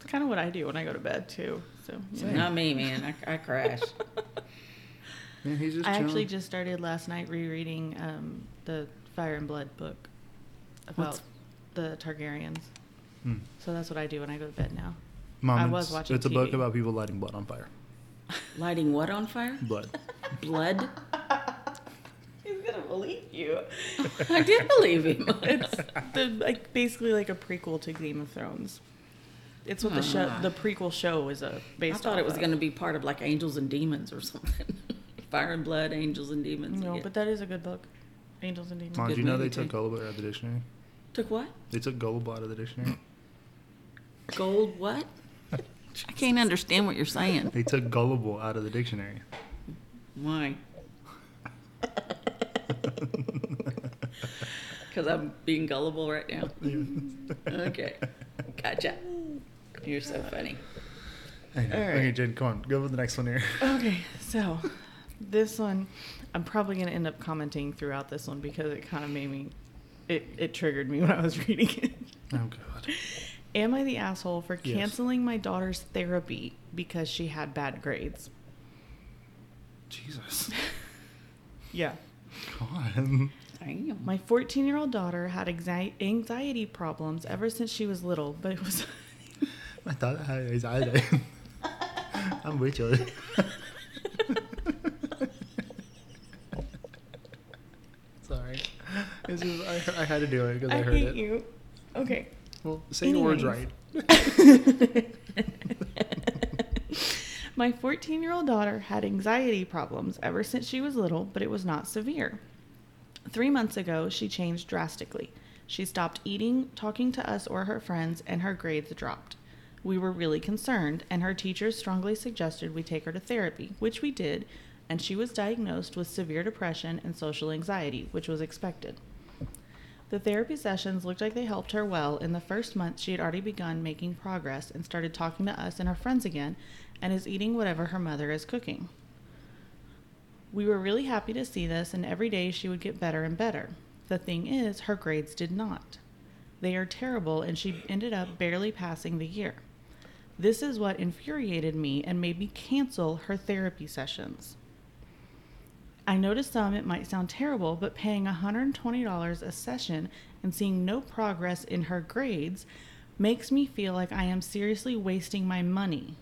S2: It's kind of what I do when I go to bed too. So.
S5: <laughs> So
S1: Same.
S5: not me, man. I, I
S2: <laughs>
S5: crashed.
S1: yeah, he's just
S2: I
S1: chilling.
S2: actually just started last night rereading um, the Fire and Blood book about
S5: What's-
S2: the Targaryens.
S1: Hmm.
S2: So that's what I do when I go to bed now.
S1: Mom,
S2: I
S1: it's-
S2: was watching
S1: It's a book
S2: TV.
S1: about people lighting blood on fire.
S5: Lighting what on fire?
S1: Blood.
S5: Blood.
S2: <laughs> He's gonna believe you.
S5: I did believe him.
S2: <laughs> It's the, like basically like a prequel to Game of Thrones. It's what the show,
S5: Ah.
S2: the prequel show is a
S5: I
S2: based.
S5: thought it was going
S2: to.
S5: to be part of like Angels and Demons or something. <laughs> Fire and Blood, Angels and Demons.
S2: No,
S5: Yeah.
S2: but that is a good book. Angels and Demons.
S1: Mom,
S5: good
S1: do you know
S5: movie,
S1: they
S5: too.
S1: took Gullible out of the dictionary?
S5: took what?
S1: They took Gullible out of the
S2: <laughs>
S1: dictionary.
S5: Gold what? I can't understand what you're saying.
S1: They took Gullible out of the dictionary.
S2: <laughs>
S5: Why? Because I'm being gullible right now.
S1: <laughs>
S5: Okay. Gotcha. You're so funny.
S1: I know.
S2: All right.
S1: Okay, Jen, come on. Go with the next one here.
S2: Okay, so this one, I'm probably going to end up commenting throughout this one because it kind of made me, it, it triggered me when I was reading it.
S1: <laughs> Oh, God.
S2: Am I the asshole for
S1: Yes.
S2: canceling my daughter's therapy because she had bad grades? <laughs>
S1: Jesus.
S2: Yeah.
S1: <laughs> God.
S5: Damn.
S2: My 14 year old daughter had anxi- anxiety problems ever since she was little, but it was.
S1: I thought uh, I had anxiety. <laughs> I'm with
S2: <laughs>
S1: you. <laughs> Sorry. It's just, I, I had to do it because I,
S2: I,
S1: heard
S2: hate
S1: it.
S2: you. Okay.
S1: Well, say your words
S2: Anyways.
S1: right.
S2: <laughs> My 14 year old daughter had anxiety problems ever since she was little, but it was not severe. Three months ago, she changed drastically. She stopped eating, talking to us or her friends, and her grades dropped. We were really concerned, and her teachers strongly suggested we take her to therapy, which we did, and she was diagnosed with severe depression and social anxiety, which was expected. The therapy sessions looked like they helped her well. In the first month, she had already begun making progress and started talking to us and her friends again and is eating whatever her mother is cooking. We were really happy to see this, and every day she would get better and better. The thing is, her grades did not. They are terrible, and she ended up barely passing the year. This is what infuriated me and made me cancel her therapy sessions. I know to some it might sound terrible, but paying $120 a session and seeing no progress in her grades makes me feel like I am seriously wasting my money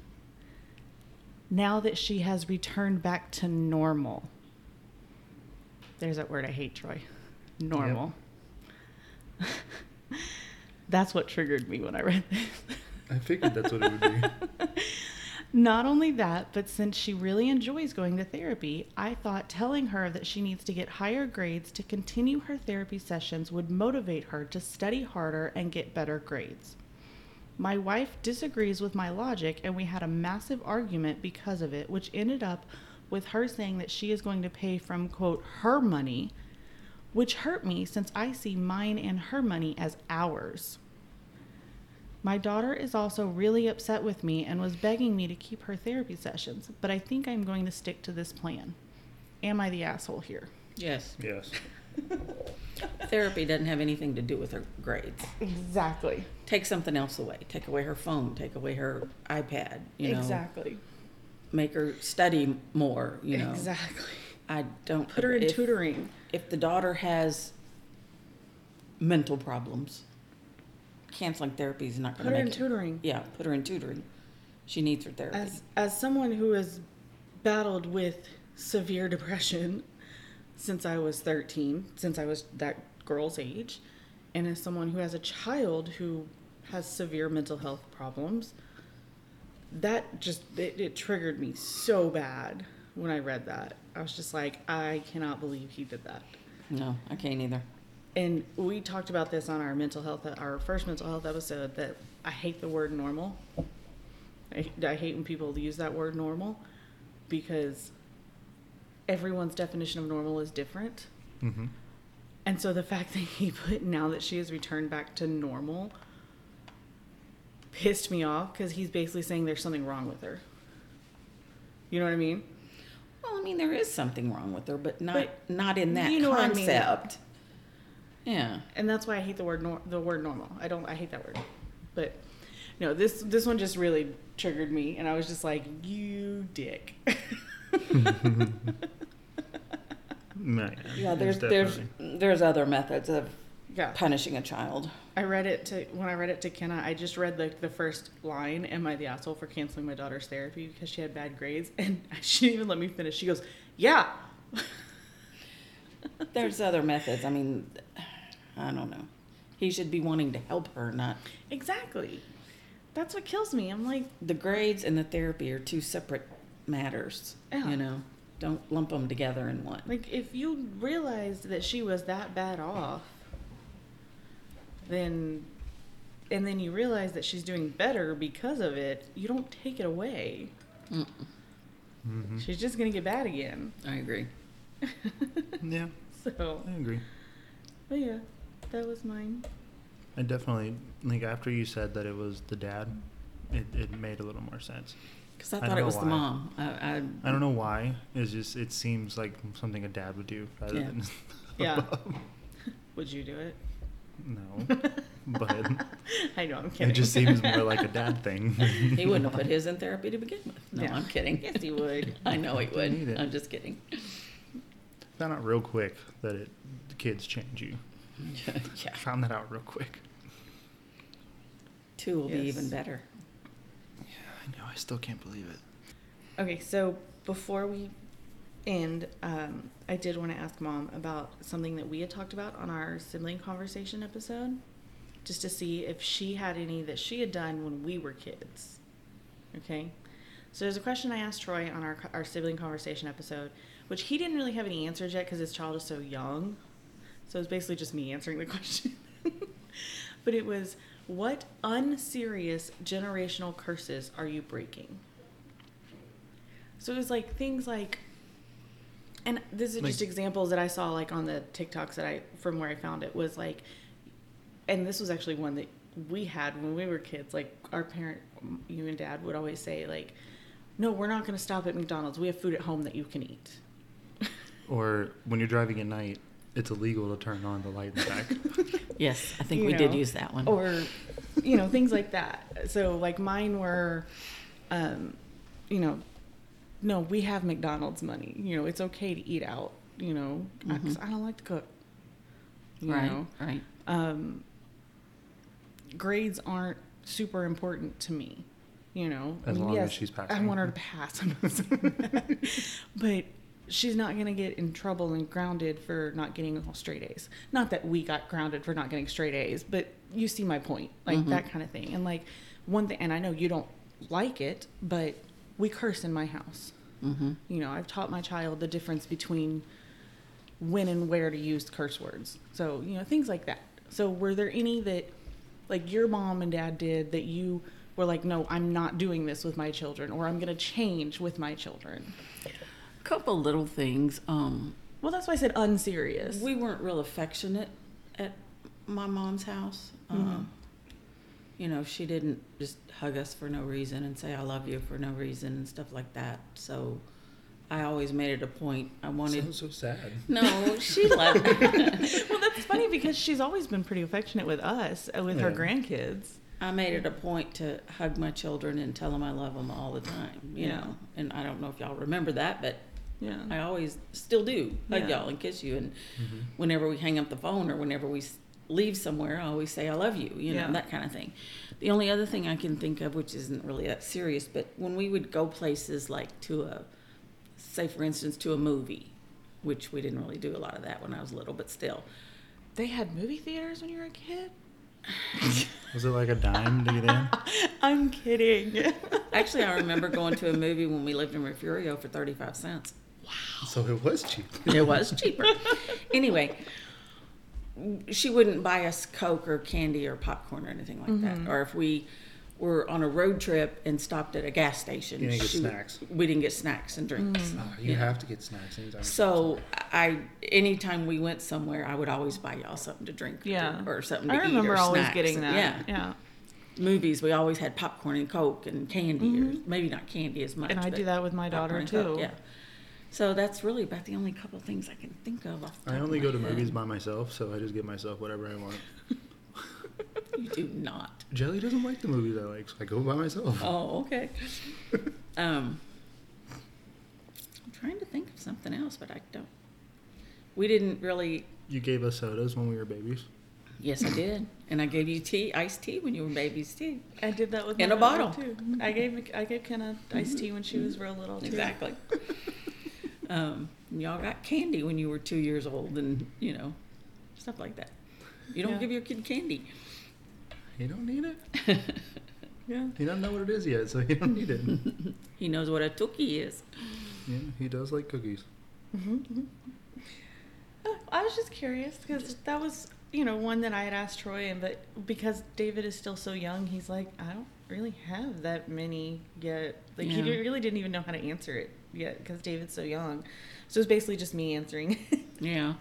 S2: now that she has returned back to normal. There's that word I hate, Troy. Normal. <laughs> That's what triggered me when I read this.
S1: I figured that's what it would be.
S2: <laughs> Not only that, but since she really enjoys going to therapy, I thought telling her that she needs to get higher grades to continue her therapy sessions would motivate her to study harder and get better grades. My wife disagrees with my logic, and we had a massive argument because of it, which ended up with her saying that she is going to pay from, quote, her money, which hurt me since I see mine and her money as ours. My daughter is also really upset with me and was begging me to keep her therapy sessions, but I think I'm going to stick to this plan. Am I the asshole here?
S5: Yes.
S1: <laughs> Yes.
S5: Therapy doesn't have anything to do with her grades.
S2: Exactly.
S5: Take something else away. Take away her phone. Take away her iPad. You know,
S2: exactly.
S5: make her study more. You know,
S2: Exactly.
S5: I don't
S2: Put her in
S5: if-
S2: tutoring.
S5: If the daughter has mental problems, canceling therapy is not going
S2: Put
S5: to
S2: her
S5: make
S2: in
S5: it.
S2: tutoring.
S5: Yeah, put her in tutoring. She needs her therapy.
S2: As as someone who has battled with severe depression since I was 13, since I was that girl's age, and as someone who has a child who has severe mental health problems, that just it, it triggered me so bad when I read that. I was just like, I cannot believe he did that
S5: no, I can't either.
S2: and we talked about this on our mental health our first mental health episode that i hate the word normal i, I hate when people use that word normal because everyone's definition of normal is different
S1: Mm-hmm.
S2: and so the fact <laughs> that he put now that she has returned back to normal pissed me off because he's basically saying there's something wrong with her you know what i mean
S5: Well, I mean, there is something wrong with her, but not
S2: But
S5: not in that
S2: you know what I mean.
S5: concept. Yeah.
S2: and that's why I hate the word nor- the word normal. I don't I hate that word. But no, this this one just really triggered me and I was just like, "You dick." <laughs>
S1: Man,
S5: Yeah, there's there's
S1: definitely-
S5: there's other methods of
S2: yeah.
S5: punishing a child.
S2: I read it to when I read it to Kenna, I just read like the first line, "Am I the asshole for canceling my daughter's therapy because she had bad grades?" <laughs> And she didn't even let me finish. She goes, "Yeah."
S5: There's other methods. I mean, I don't know. He should be wanting to help her, not
S2: Exactly. That's what kills me. I'm like,
S5: the grades and the therapy are two separate matters.
S2: Yeah.
S5: You know, don't lump them together in one.
S2: Like, if you realized that she was that bad off, then, and then you realize that she's doing better because of it, you don't take it away.
S1: Mhm.
S2: She's just gonna get bad again. <laughs>
S5: I agree.
S1: Yeah,
S2: So,
S1: I agree.
S2: but yeah, that was mine.
S1: I definitely like after you said that it was the dad, it, it made a little more sense.
S5: Because I
S1: I don't
S5: thought it
S1: know
S5: was the
S1: why.
S5: mom. I, I,
S1: I don't know why. It's just it seems like something a dad would do rather
S5: Yeah.
S1: than <laughs>
S2: Yeah. Would you do it?
S1: no. Oh,
S2: <laughs>
S1: But
S2: I know, I'm kidding.
S1: it just seems more like a dad thing. <laughs>
S5: He wouldn't have put his in therapy to begin with. No,
S2: Yeah.
S5: I'm kidding.
S2: Yes, you would.
S5: <laughs> I know he
S1: Didn't need
S5: would.
S1: it.
S5: I'm just kidding. <laughs>
S1: Found out real quick that it the kids change you.
S5: yeah.
S1: Found that out real quick.
S5: Two will be
S2: Yes.
S5: even better.
S1: I know. I still can't believe it.
S2: <laughs> Okay, so before we end, um, I did want to ask mom about something that we had talked about on our sibling conversation episode, just to see if she had any that she had done when we were kids. Okay, so there's a question I asked Troy on our our sibling conversation episode, which he didn't really have any answers yet because his child is so young. So it's basically just me answering the <laughs> question. but it was, what unserious generational curses are you breaking? So it was like things like, and this is
S1: Like-
S2: just examples that I saw like on the TikToks that I from where I found it was like, and this was actually one that we had when we were kids. Like our parent, you and dad would always say like, no, we're not going to stop at McDonald's. We have food at home that you can eat.
S1: Or when you're driving at night, it's illegal to turn on the light in the <laughs> back.
S5: Yes, I think
S2: You
S5: we did
S2: know.
S5: use that one.
S2: or you know things like that so like mine were um you know no we have mcdonald's money you know it's okay to eat out you know 'cause i don't like to cook you
S5: Mm-hmm. right,
S2: know
S5: right.
S2: um grades aren't super important to me you know
S1: As long as she's
S2: i
S1: passing.
S2: want her to pass <laughs> I'm not saying that. but she's not going to get in trouble and grounded for not getting all straight a's not that we got grounded for not getting straight a's but you
S1: Mm-hmm.
S2: see my point like that kind of thing and like one thing and i know you don't like it but we curse in my house. You know, I've taught my child the difference between when and where to use curse words. So, you know, things like that. So, were there any that, like, your mom and dad did that you were like, no, I'm not doing this with my children, or I'm going to change with my children?
S3: A couple little things. Um,
S2: Well, that's why I said unserious.
S5: We weren't real affectionate at my mom's house. Um, you know, she didn't just hug us for no reason and say "I love you" for no reason and stuff like that. So, I always made it a point. I wanted.
S7: Sounds so sad.
S5: no, she loved.
S2: <laughs> well, that's funny because she's always been pretty affectionate with us, uh, with her
S1: Yeah.
S2: grandkids.
S5: I made it a point to hug my children and tell them I love them all the time. You
S2: Yeah.
S5: know, and I don't know if y'all remember that, but
S2: Yeah.
S5: I always still do hug
S2: Yeah.
S5: y'all and kiss you. And whenever we hang up the phone or whenever we s- leave somewhere, I always say I love you, you know,
S2: Yeah.
S5: that kind of thing. The only other thing I can think of, which isn't really that serious, but when we would go places like to a, say for instance, to a movie, which we didn't really do a lot of that when I was little, but still.
S2: They had movie theaters when you were a kid?
S1: Was it like a dime to get <laughs> in?
S2: I'm kidding.
S5: Actually, I remember going to a movie when we lived in Refugio for 35 cents.
S1: So it was cheap.
S5: It was cheaper. anyway, she wouldn't buy us Coke or candy or popcorn or anything like
S2: Mm-hmm.
S5: that. Or if we were on a road trip and stopped at a gas station,
S7: You didn't get
S5: she would-
S7: snacks.
S5: We didn't get snacks and drinks.
S2: Mm.
S1: Uh,
S7: Ah, you have to get snacks anytime.
S5: So I, anytime we went somewhere, I would always buy y'all something to drink, or
S2: <laughs>
S5: to-
S2: Yeah.
S5: or something. To
S2: I
S5: eat
S2: remember
S5: or
S2: always
S5: snacks.
S2: getting that.
S5: Yeah.
S2: Yeah.
S5: movies. We always had popcorn and Coke and candy, or maybe not candy as much.
S2: Mm-hmm. And I
S5: but
S2: do that with my daughter
S5: popcorn and
S2: too.
S5: Coke, yeah. So that's really about the only couple things I can think of. Off the
S1: I
S5: top of
S1: only
S5: my
S1: go to
S5: head.
S1: movies by myself, so I just get myself whatever I want.
S5: You do not.
S1: Jelly doesn't like the movies I like, so I go by myself.
S5: Oh, okay. um, I'm trying to think of something else, but I don't. We didn't really.
S1: <laughs> You gave us sodas when we were babies.
S5: Yes, I did, and I gave you tea, iced tea, when you were babies too.
S2: I did that with
S5: In
S2: my
S5: a
S2: daughter,
S5: bottle.
S2: too. I gave I gave Kenna iced tea when she was real little too.
S5: Exactly. um, and y'all got candy when you were two years old, and you know, stuff like that. You don't
S2: Yeah.
S5: give your kid candy. <laughs>
S1: He don't need it.
S2: Yeah.
S1: He doesn't know what it is yet, so he don't
S5: <laughs>
S1: need it.
S5: He knows what a tookie is.
S1: yeah, he does like cookies.
S2: Mm-hmm, Oh, I was just curious because that was you know one that I had asked Troy, and but because David is still so young, he's like I don't really have that many yet. Like he
S5: Yeah.
S2: di- really didn't even know how to answer it yet because David's so young. So it's basically just me answering. <laughs>
S5: Yeah.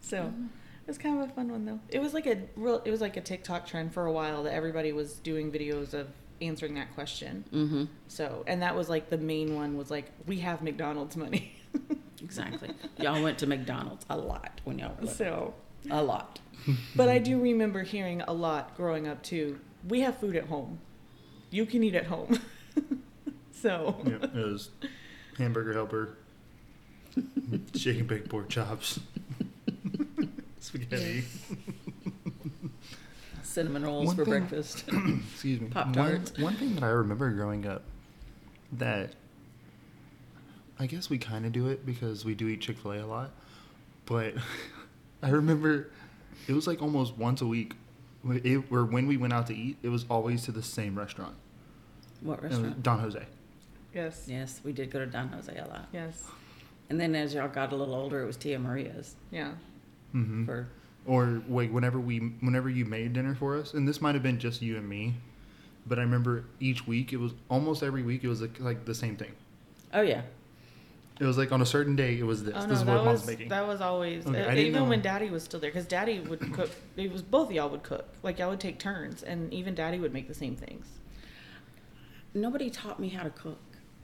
S2: So it was kind of a fun one though. Mm-hmm. It was like a real it was like a TikTok trend for a while that everybody was doing videos of answering that question.
S5: mm-hmm.
S2: So and that was like the main one was like we have McDonald's money. <laughs>
S5: Exactly. y'all went to McDonald's a lot when y'all were little.
S2: <laughs> so
S5: A lot.
S2: but I do remember hearing a lot growing up too. We have food at home. You can eat at home. <laughs> so
S1: Yeah, it was hamburger helper, <laughs> chicken baked pork chops, <laughs> spaghetti.
S5: Cinnamon rolls
S1: One
S5: for
S1: thing-
S5: breakfast.
S1: <clears throat> Excuse me. One,
S5: Pop-Tarts.
S1: one thing that I remember growing up that I guess we kind of do it because we do eat Chick fil A a lot, but <laughs> I remember it was like almost once a week. wh- It, or when we went out to eat, it was always to the same restaurant.
S5: what
S1: And it was
S5: restaurant?
S1: Don Jose.
S2: <laughs> yes.
S5: Yes, we did go to Don Jose a lot.
S2: Yes.
S5: And then as y'all got a little older, it was Tia Maria's
S2: Yeah.
S1: Mm-hmm.
S5: for
S1: or like whenever we whenever you made dinner for us and this might have been just you and me but i remember each week it was almost every week it was like, like the same thing
S5: Oh yeah.
S1: it was like on a certain day it was this
S2: Oh no,
S1: this is
S2: that
S1: what mom's
S2: was
S1: making
S2: that was always
S1: Okay,
S2: uh,
S1: I didn't
S2: even
S1: know.
S2: when Daddy was still there because Daddy would cook. It was both of y'all would cook. Like y'all would take turns, and even Daddy would make the same things.
S5: Nobody taught me how to cook.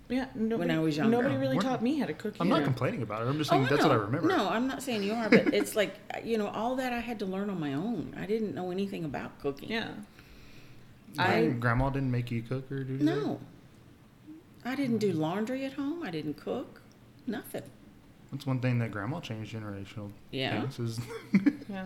S2: Yeah, nobody,
S5: I was younger.
S2: nobody really
S1: We're-
S2: taught me how to cook.
S1: i'm
S2: either.
S1: not complaining about it i'm just saying that's what i
S5: know.
S1: remember
S5: Oh, No, I'm not saying you are, but it's like you know, all that I had to learn on my own. I didn't know anything about cooking.
S2: Yeah,
S1: Gran-
S2: I-
S1: grandma didn't make you cook or do that?
S5: No.
S1: Mm-hmm.
S5: I didn't do laundry at home. I didn't cook. Nothing.
S1: that's one thing that grandma changed generational
S5: Yeah.
S1: things
S5: <laughs>
S1: is
S2: yeah.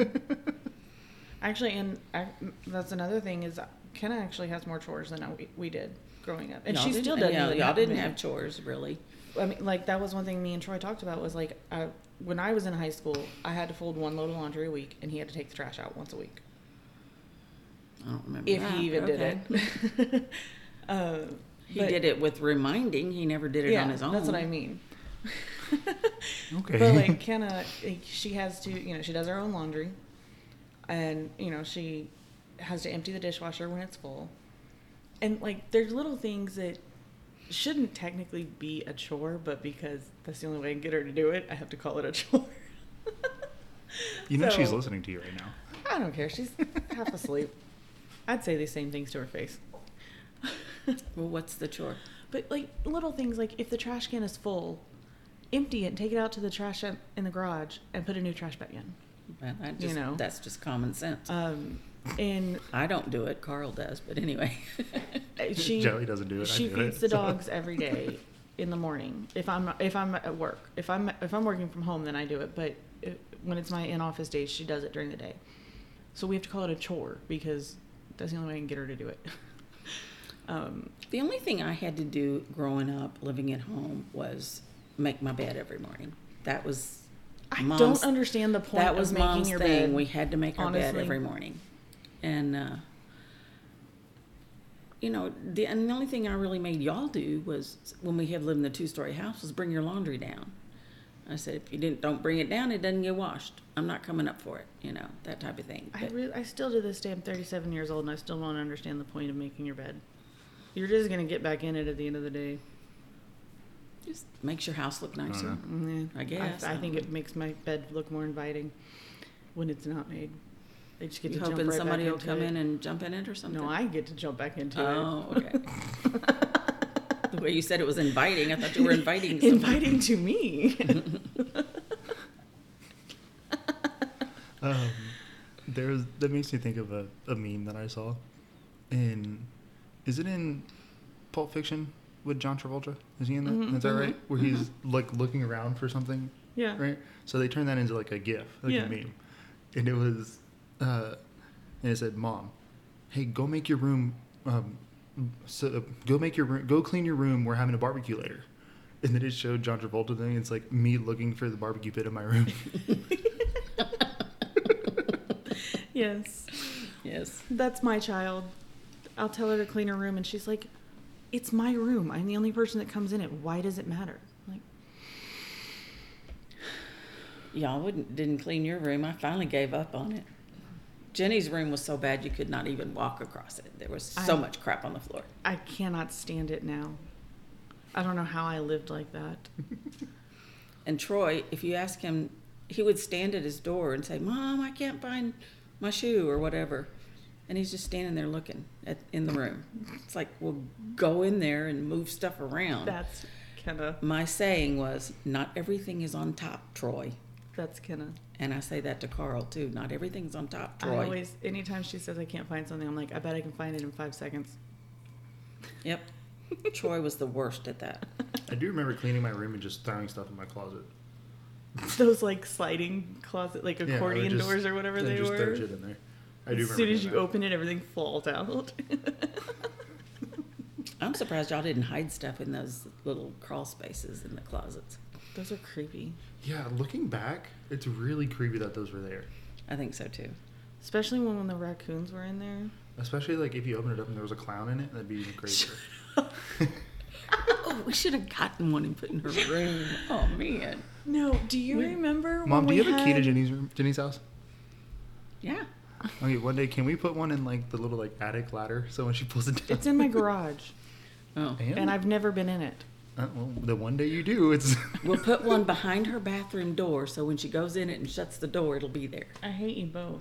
S2: actually, and I, that's another thing is Kenna actually has more chores than I, we, we did growing up, and
S5: Y'all
S2: she
S5: didn't-
S2: still doesn't.
S5: Yeah,
S2: even
S5: y'all didn't
S2: many.
S5: have chores really.
S2: I mean, like that was one thing me and Troy talked about was like I, when I was in high school, I had to fold one load of laundry a week, and he had to take the trash out once a week.
S5: I don't remember
S2: if
S5: that,
S2: he even
S5: but Ah, okay.
S2: did it. <laughs> uh,
S5: He
S2: But-
S5: did it with reminding. He never did it
S2: yeah,
S5: on his own.
S2: That's what I mean. <laughs>
S1: Okay. <laughs>
S2: But like Kenna, like, she has to, you know, she does her own laundry, and you know she has to empty the dishwasher when it's full, and like there's little things that shouldn't technically be a chore, but because that's the only way I can get her to do it, I have to call it a chore. <laughs>
S1: You know she's
S2: So-
S1: listening to you right now.
S2: I don't care. She's <laughs> half asleep. I'd say these same things to her face.
S5: Well, what's the chore?
S2: But like little things like if the trash can is full, empty it, take it out to the trash in in the garage, and put a new trash bag in.
S5: Well, I just,
S2: know.
S5: that's just common sense.
S2: Um, and
S5: I don't do it. Carl does, but
S2: <laughs>
S5: anyway.
S1: <laughs>
S2: she
S1: Jelly doesn't do it, I
S2: She
S1: do
S2: feeds
S1: it, <laughs>
S2: the
S1: so.
S2: dogs every day in the morning. If I'm if I'm at work, if I'm if I'm working from home, then I do it. But it, when it's my in office days, she does it during the day. So we have to call it a chore because that's the only way I can get her to do it. <laughs> um,
S5: the only thing I had to do growing up, living at home, was make my bed every morning. That was.
S2: I
S5: Mom's-
S2: don't understand the point.
S5: That was
S2: of making
S5: mom's
S2: your
S5: thing.
S2: Bed.
S5: We had to make our bed
S2: honestly.
S5: every morning, and uh, you know, the and the only thing I really made y'all do was when we had lived in a two-story house was bring your laundry down. I said, if you didn't, don't bring it down, it doesn't get washed. I'm not coming up for it. You know, that type of thing.
S2: I,
S5: But-
S2: re- I still to this day, I'm 37 years old, and I still don't understand the point of making your bed. You're just gonna get back in it at the end of the day.
S5: Just makes your house look nicer.
S1: know.
S2: Yeah,
S5: I guess. um,
S2: I,
S5: I
S2: think
S5: don't
S2: it makes my bed look more inviting when it's not made. I just get
S5: You
S2: to jump
S5: hoping
S2: right
S5: somebody
S2: back
S5: will
S2: into
S5: come
S2: it.
S5: in and jump in it or something?
S2: No, I get to jump back into
S5: Oh,
S2: it.
S5: okay.
S2: <laughs>
S5: the way you said it was inviting, I thought you were inviting. Somebody.
S2: Inviting to me.
S5: <laughs>
S1: Um, there's that makes me think of a, a meme that I saw. In is it in Pulp Fiction with John Travolta? Is he in that?
S2: Mhm,
S5: Mm-hmm.
S1: Is that right? Where he's like looking around for something,
S2: yeah.
S5: <laughs>
S1: right? So they turned that into like a GIF, like
S2: Yeah.
S1: a meme, and it was, uh, and it said, "Mom, hey, go make your room, um, so go make your room, go clean your room. We're having a barbecue later." And then it showed John Travolta thing. It's like me looking for the barbecue pit in my
S2: <laughs>
S1: room.
S2: Yes.
S5: Yes.
S2: That's my child. I'll tell her to clean her room, and she's like, "It's my room. I'm the only person that comes in it. Why does it matter?" I'm like,
S5: Y'all wouldn't didn't clean your room. I finally gave up on it. Jenny's room was so bad you could not even walk across it. There was so
S2: I-
S5: much crap on the floor.
S2: I cannot stand it now. I don't know how I lived like that.
S5: And Troy, if you ask him, he would stand at his door and say, "Mom, I can't find my shoe or whatever," and he's just standing there looking at in the room. It's like, well, go in there and move stuff around.
S2: That's Kenna.
S5: my saying was, "Not everything is on top, Troy."
S2: That's Kenna.
S5: And I say that to Carl too. Not everything's on top, Troy.
S2: I always, anytime she says I can't find something, I'm like, I bet I can find it in five seconds. <laughs>
S5: Yep. Troy was the worst at that.
S1: I do remember cleaning my room and just throwing stuff in my closet.
S2: Those like sliding closet, like
S1: Yeah, I would
S2: accordion
S1: just-
S2: doors or whatever
S1: I'd
S2: they
S1: just throw
S2: were.
S1: shit in there. I do
S2: as
S1: remember
S2: soon as you
S1: doing that.
S2: open it, everything falls out. <laughs>
S5: I'm surprised y'all didn't hide stuff in those little crawl spaces in the closets.
S2: Those are creepy,
S1: Yeah, looking back, it's really creepy that those were there.
S5: I think so too.
S2: especially when, when the raccoons were in there.
S1: Especially like if you open it up and there was a clown in it, that'd
S2: <laughs>
S1: be even crazier.
S5: <laughs> Oh, we should have gotten one and put in her room. Oh man.
S2: No, do you
S5: <laughs>
S2: remember?
S1: Mom,
S2: when
S1: do
S2: we
S1: you have a key to
S2: had-
S1: Jenny's room, Jenny's house?
S5: Yeah.
S1: Okay, one day can we put one in like the little like attic ladder so when she pulls it down?
S2: <laughs>
S1: <laughs>
S2: It's in my garage,
S5: Oh.
S2: and I've never been in it.
S1: uh, well, the one day you do, it's
S5: We'll put one behind her bathroom door so when she goes in it and shuts the door, it'll be there.
S2: I hate you both.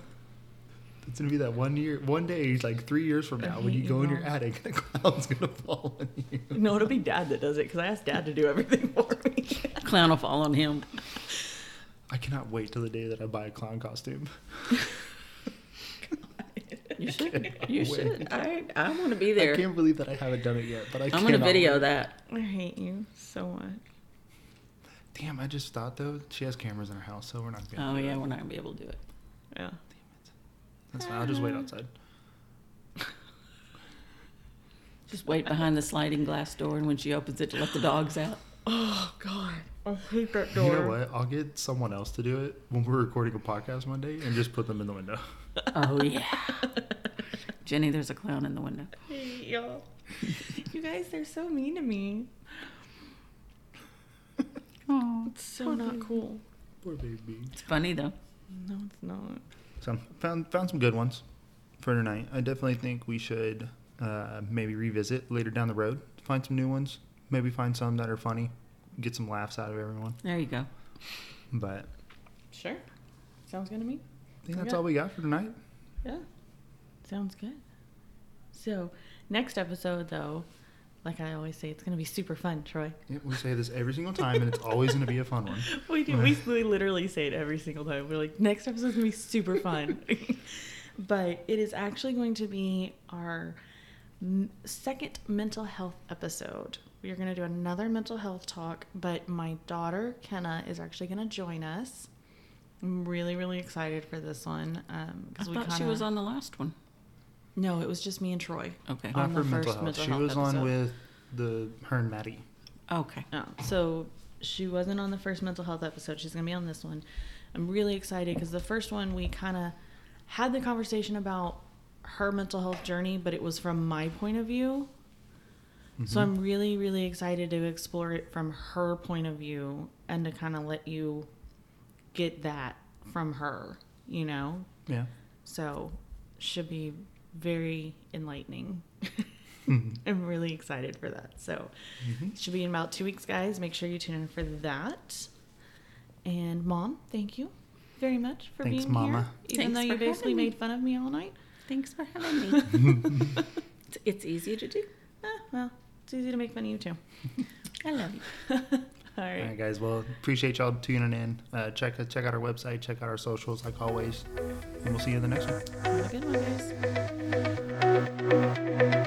S1: <laughs> it's gonna be that one year, one day, like three years from
S2: I
S1: now, when
S2: hate
S1: you
S2: you,
S1: go in your
S2: Mom.
S1: attic, <laughs> the clown's gonna fall on you.
S2: <laughs> No, it'll be Dad that does it because I asked Dad to do everything <laughs> for me. <laughs>
S5: Clown will fall on him.
S1: I cannot wait till the day that I buy a clown costume.
S5: You should. You
S1: Wait.
S5: should. I I want to <laughs> be
S1: I
S5: there.
S1: can't believe that I haven't done it yet, but I
S5: I'm gonna
S1: cannot
S5: video
S1: wait.
S5: that.
S2: I hate you so much.
S1: Damn, I just thought though she has cameras in her house, so we're not gonna.
S5: Oh
S1: do
S5: yeah,
S1: that.
S5: we're not gonna be able to do it.
S2: Yeah.
S1: that's fine. I'll just wait outside.
S5: Just wait behind the sliding glass door, and when she opens it, to let the dogs out.
S2: Oh God, I hate that door.
S1: You know what? I'll get someone else to do it when we're recording a podcast one day, and just put them in the
S2: <laughs>
S1: window.
S3: <laughs>
S5: Oh yeah. Jenny, there's a clown in the window.
S1: <laughs>
S2: Hey, y'all. You guys, they're so mean to me.
S3: Oh,
S2: It's so not cool.
S1: Poor baby.
S3: it's funny though.
S2: No, it's not.
S1: So found found some good ones for tonight. I definitely think we should uh, maybe revisit later down the road. Find some new ones. Maybe find some that are funny. Get some laughs out of everyone.
S3: There you go.
S1: But
S2: Sure. Sounds good to me.
S1: I think that's
S2: Okay.
S1: all we got for tonight.
S2: Yeah. Sounds good. So, next episode, though, like I always say, it's going to be super fun, Troy.
S1: Yeah, we say this every single time, and it's always going to be a fun one.
S2: <laughs>
S1: <laughs>
S2: We do. We, we literally say it every single time. We're like, next episode's gonna be super fun. <laughs> but it is actually going to be our m- second mental health episode. We are gonna do another mental health talk, but my daughter Kenna is actually gonna join us. I'm really, really excited for this one. Um,
S3: I
S2: 'cause
S3: thought
S2: we kinda,
S3: she was on the last one.
S2: No, it was just me and Troy.
S3: Okay.
S1: Not
S2: On the
S1: for mental
S2: first
S1: health.
S2: mental
S1: she
S2: health
S1: was on
S2: episode.
S1: with the her and Maddie.
S3: Okay.
S2: Oh, so she wasn't on the first mental health episode. She's going to be on this one. I'm really excited because the first one we kind of had the conversation about her mental health journey, but it was from my point of view.
S1: Mm-hmm.
S2: So I'm really, really excited to explore it from her point of view and to kind of let you get that from her, you know? <laughs>
S1: Yeah.
S2: So should be very enlightening. <laughs>
S1: Mm-hmm.
S2: I'm really excited for that. So should be in about two weeks, guys. Make sure you tune in for that. And mom, thank you very much for
S1: Thanks,
S2: being
S1: Mama.
S2: here.
S3: Thanks
S2: Even though
S3: for
S2: you
S3: having
S2: basically
S3: me.
S2: made fun of me all night.
S3: Thanks for <laughs> having me.
S5: It's, it's easy to do.
S2: Eh, well, it's easy to make fun of you too. <laughs>
S3: I love you.
S2: all
S1: All
S2: right.
S1: right, guys. Well, appreciate y'all tuning in. Uh, check check out our website. Check out our socials, like always. And we'll see you in the next one.
S2: Have a good one, guys.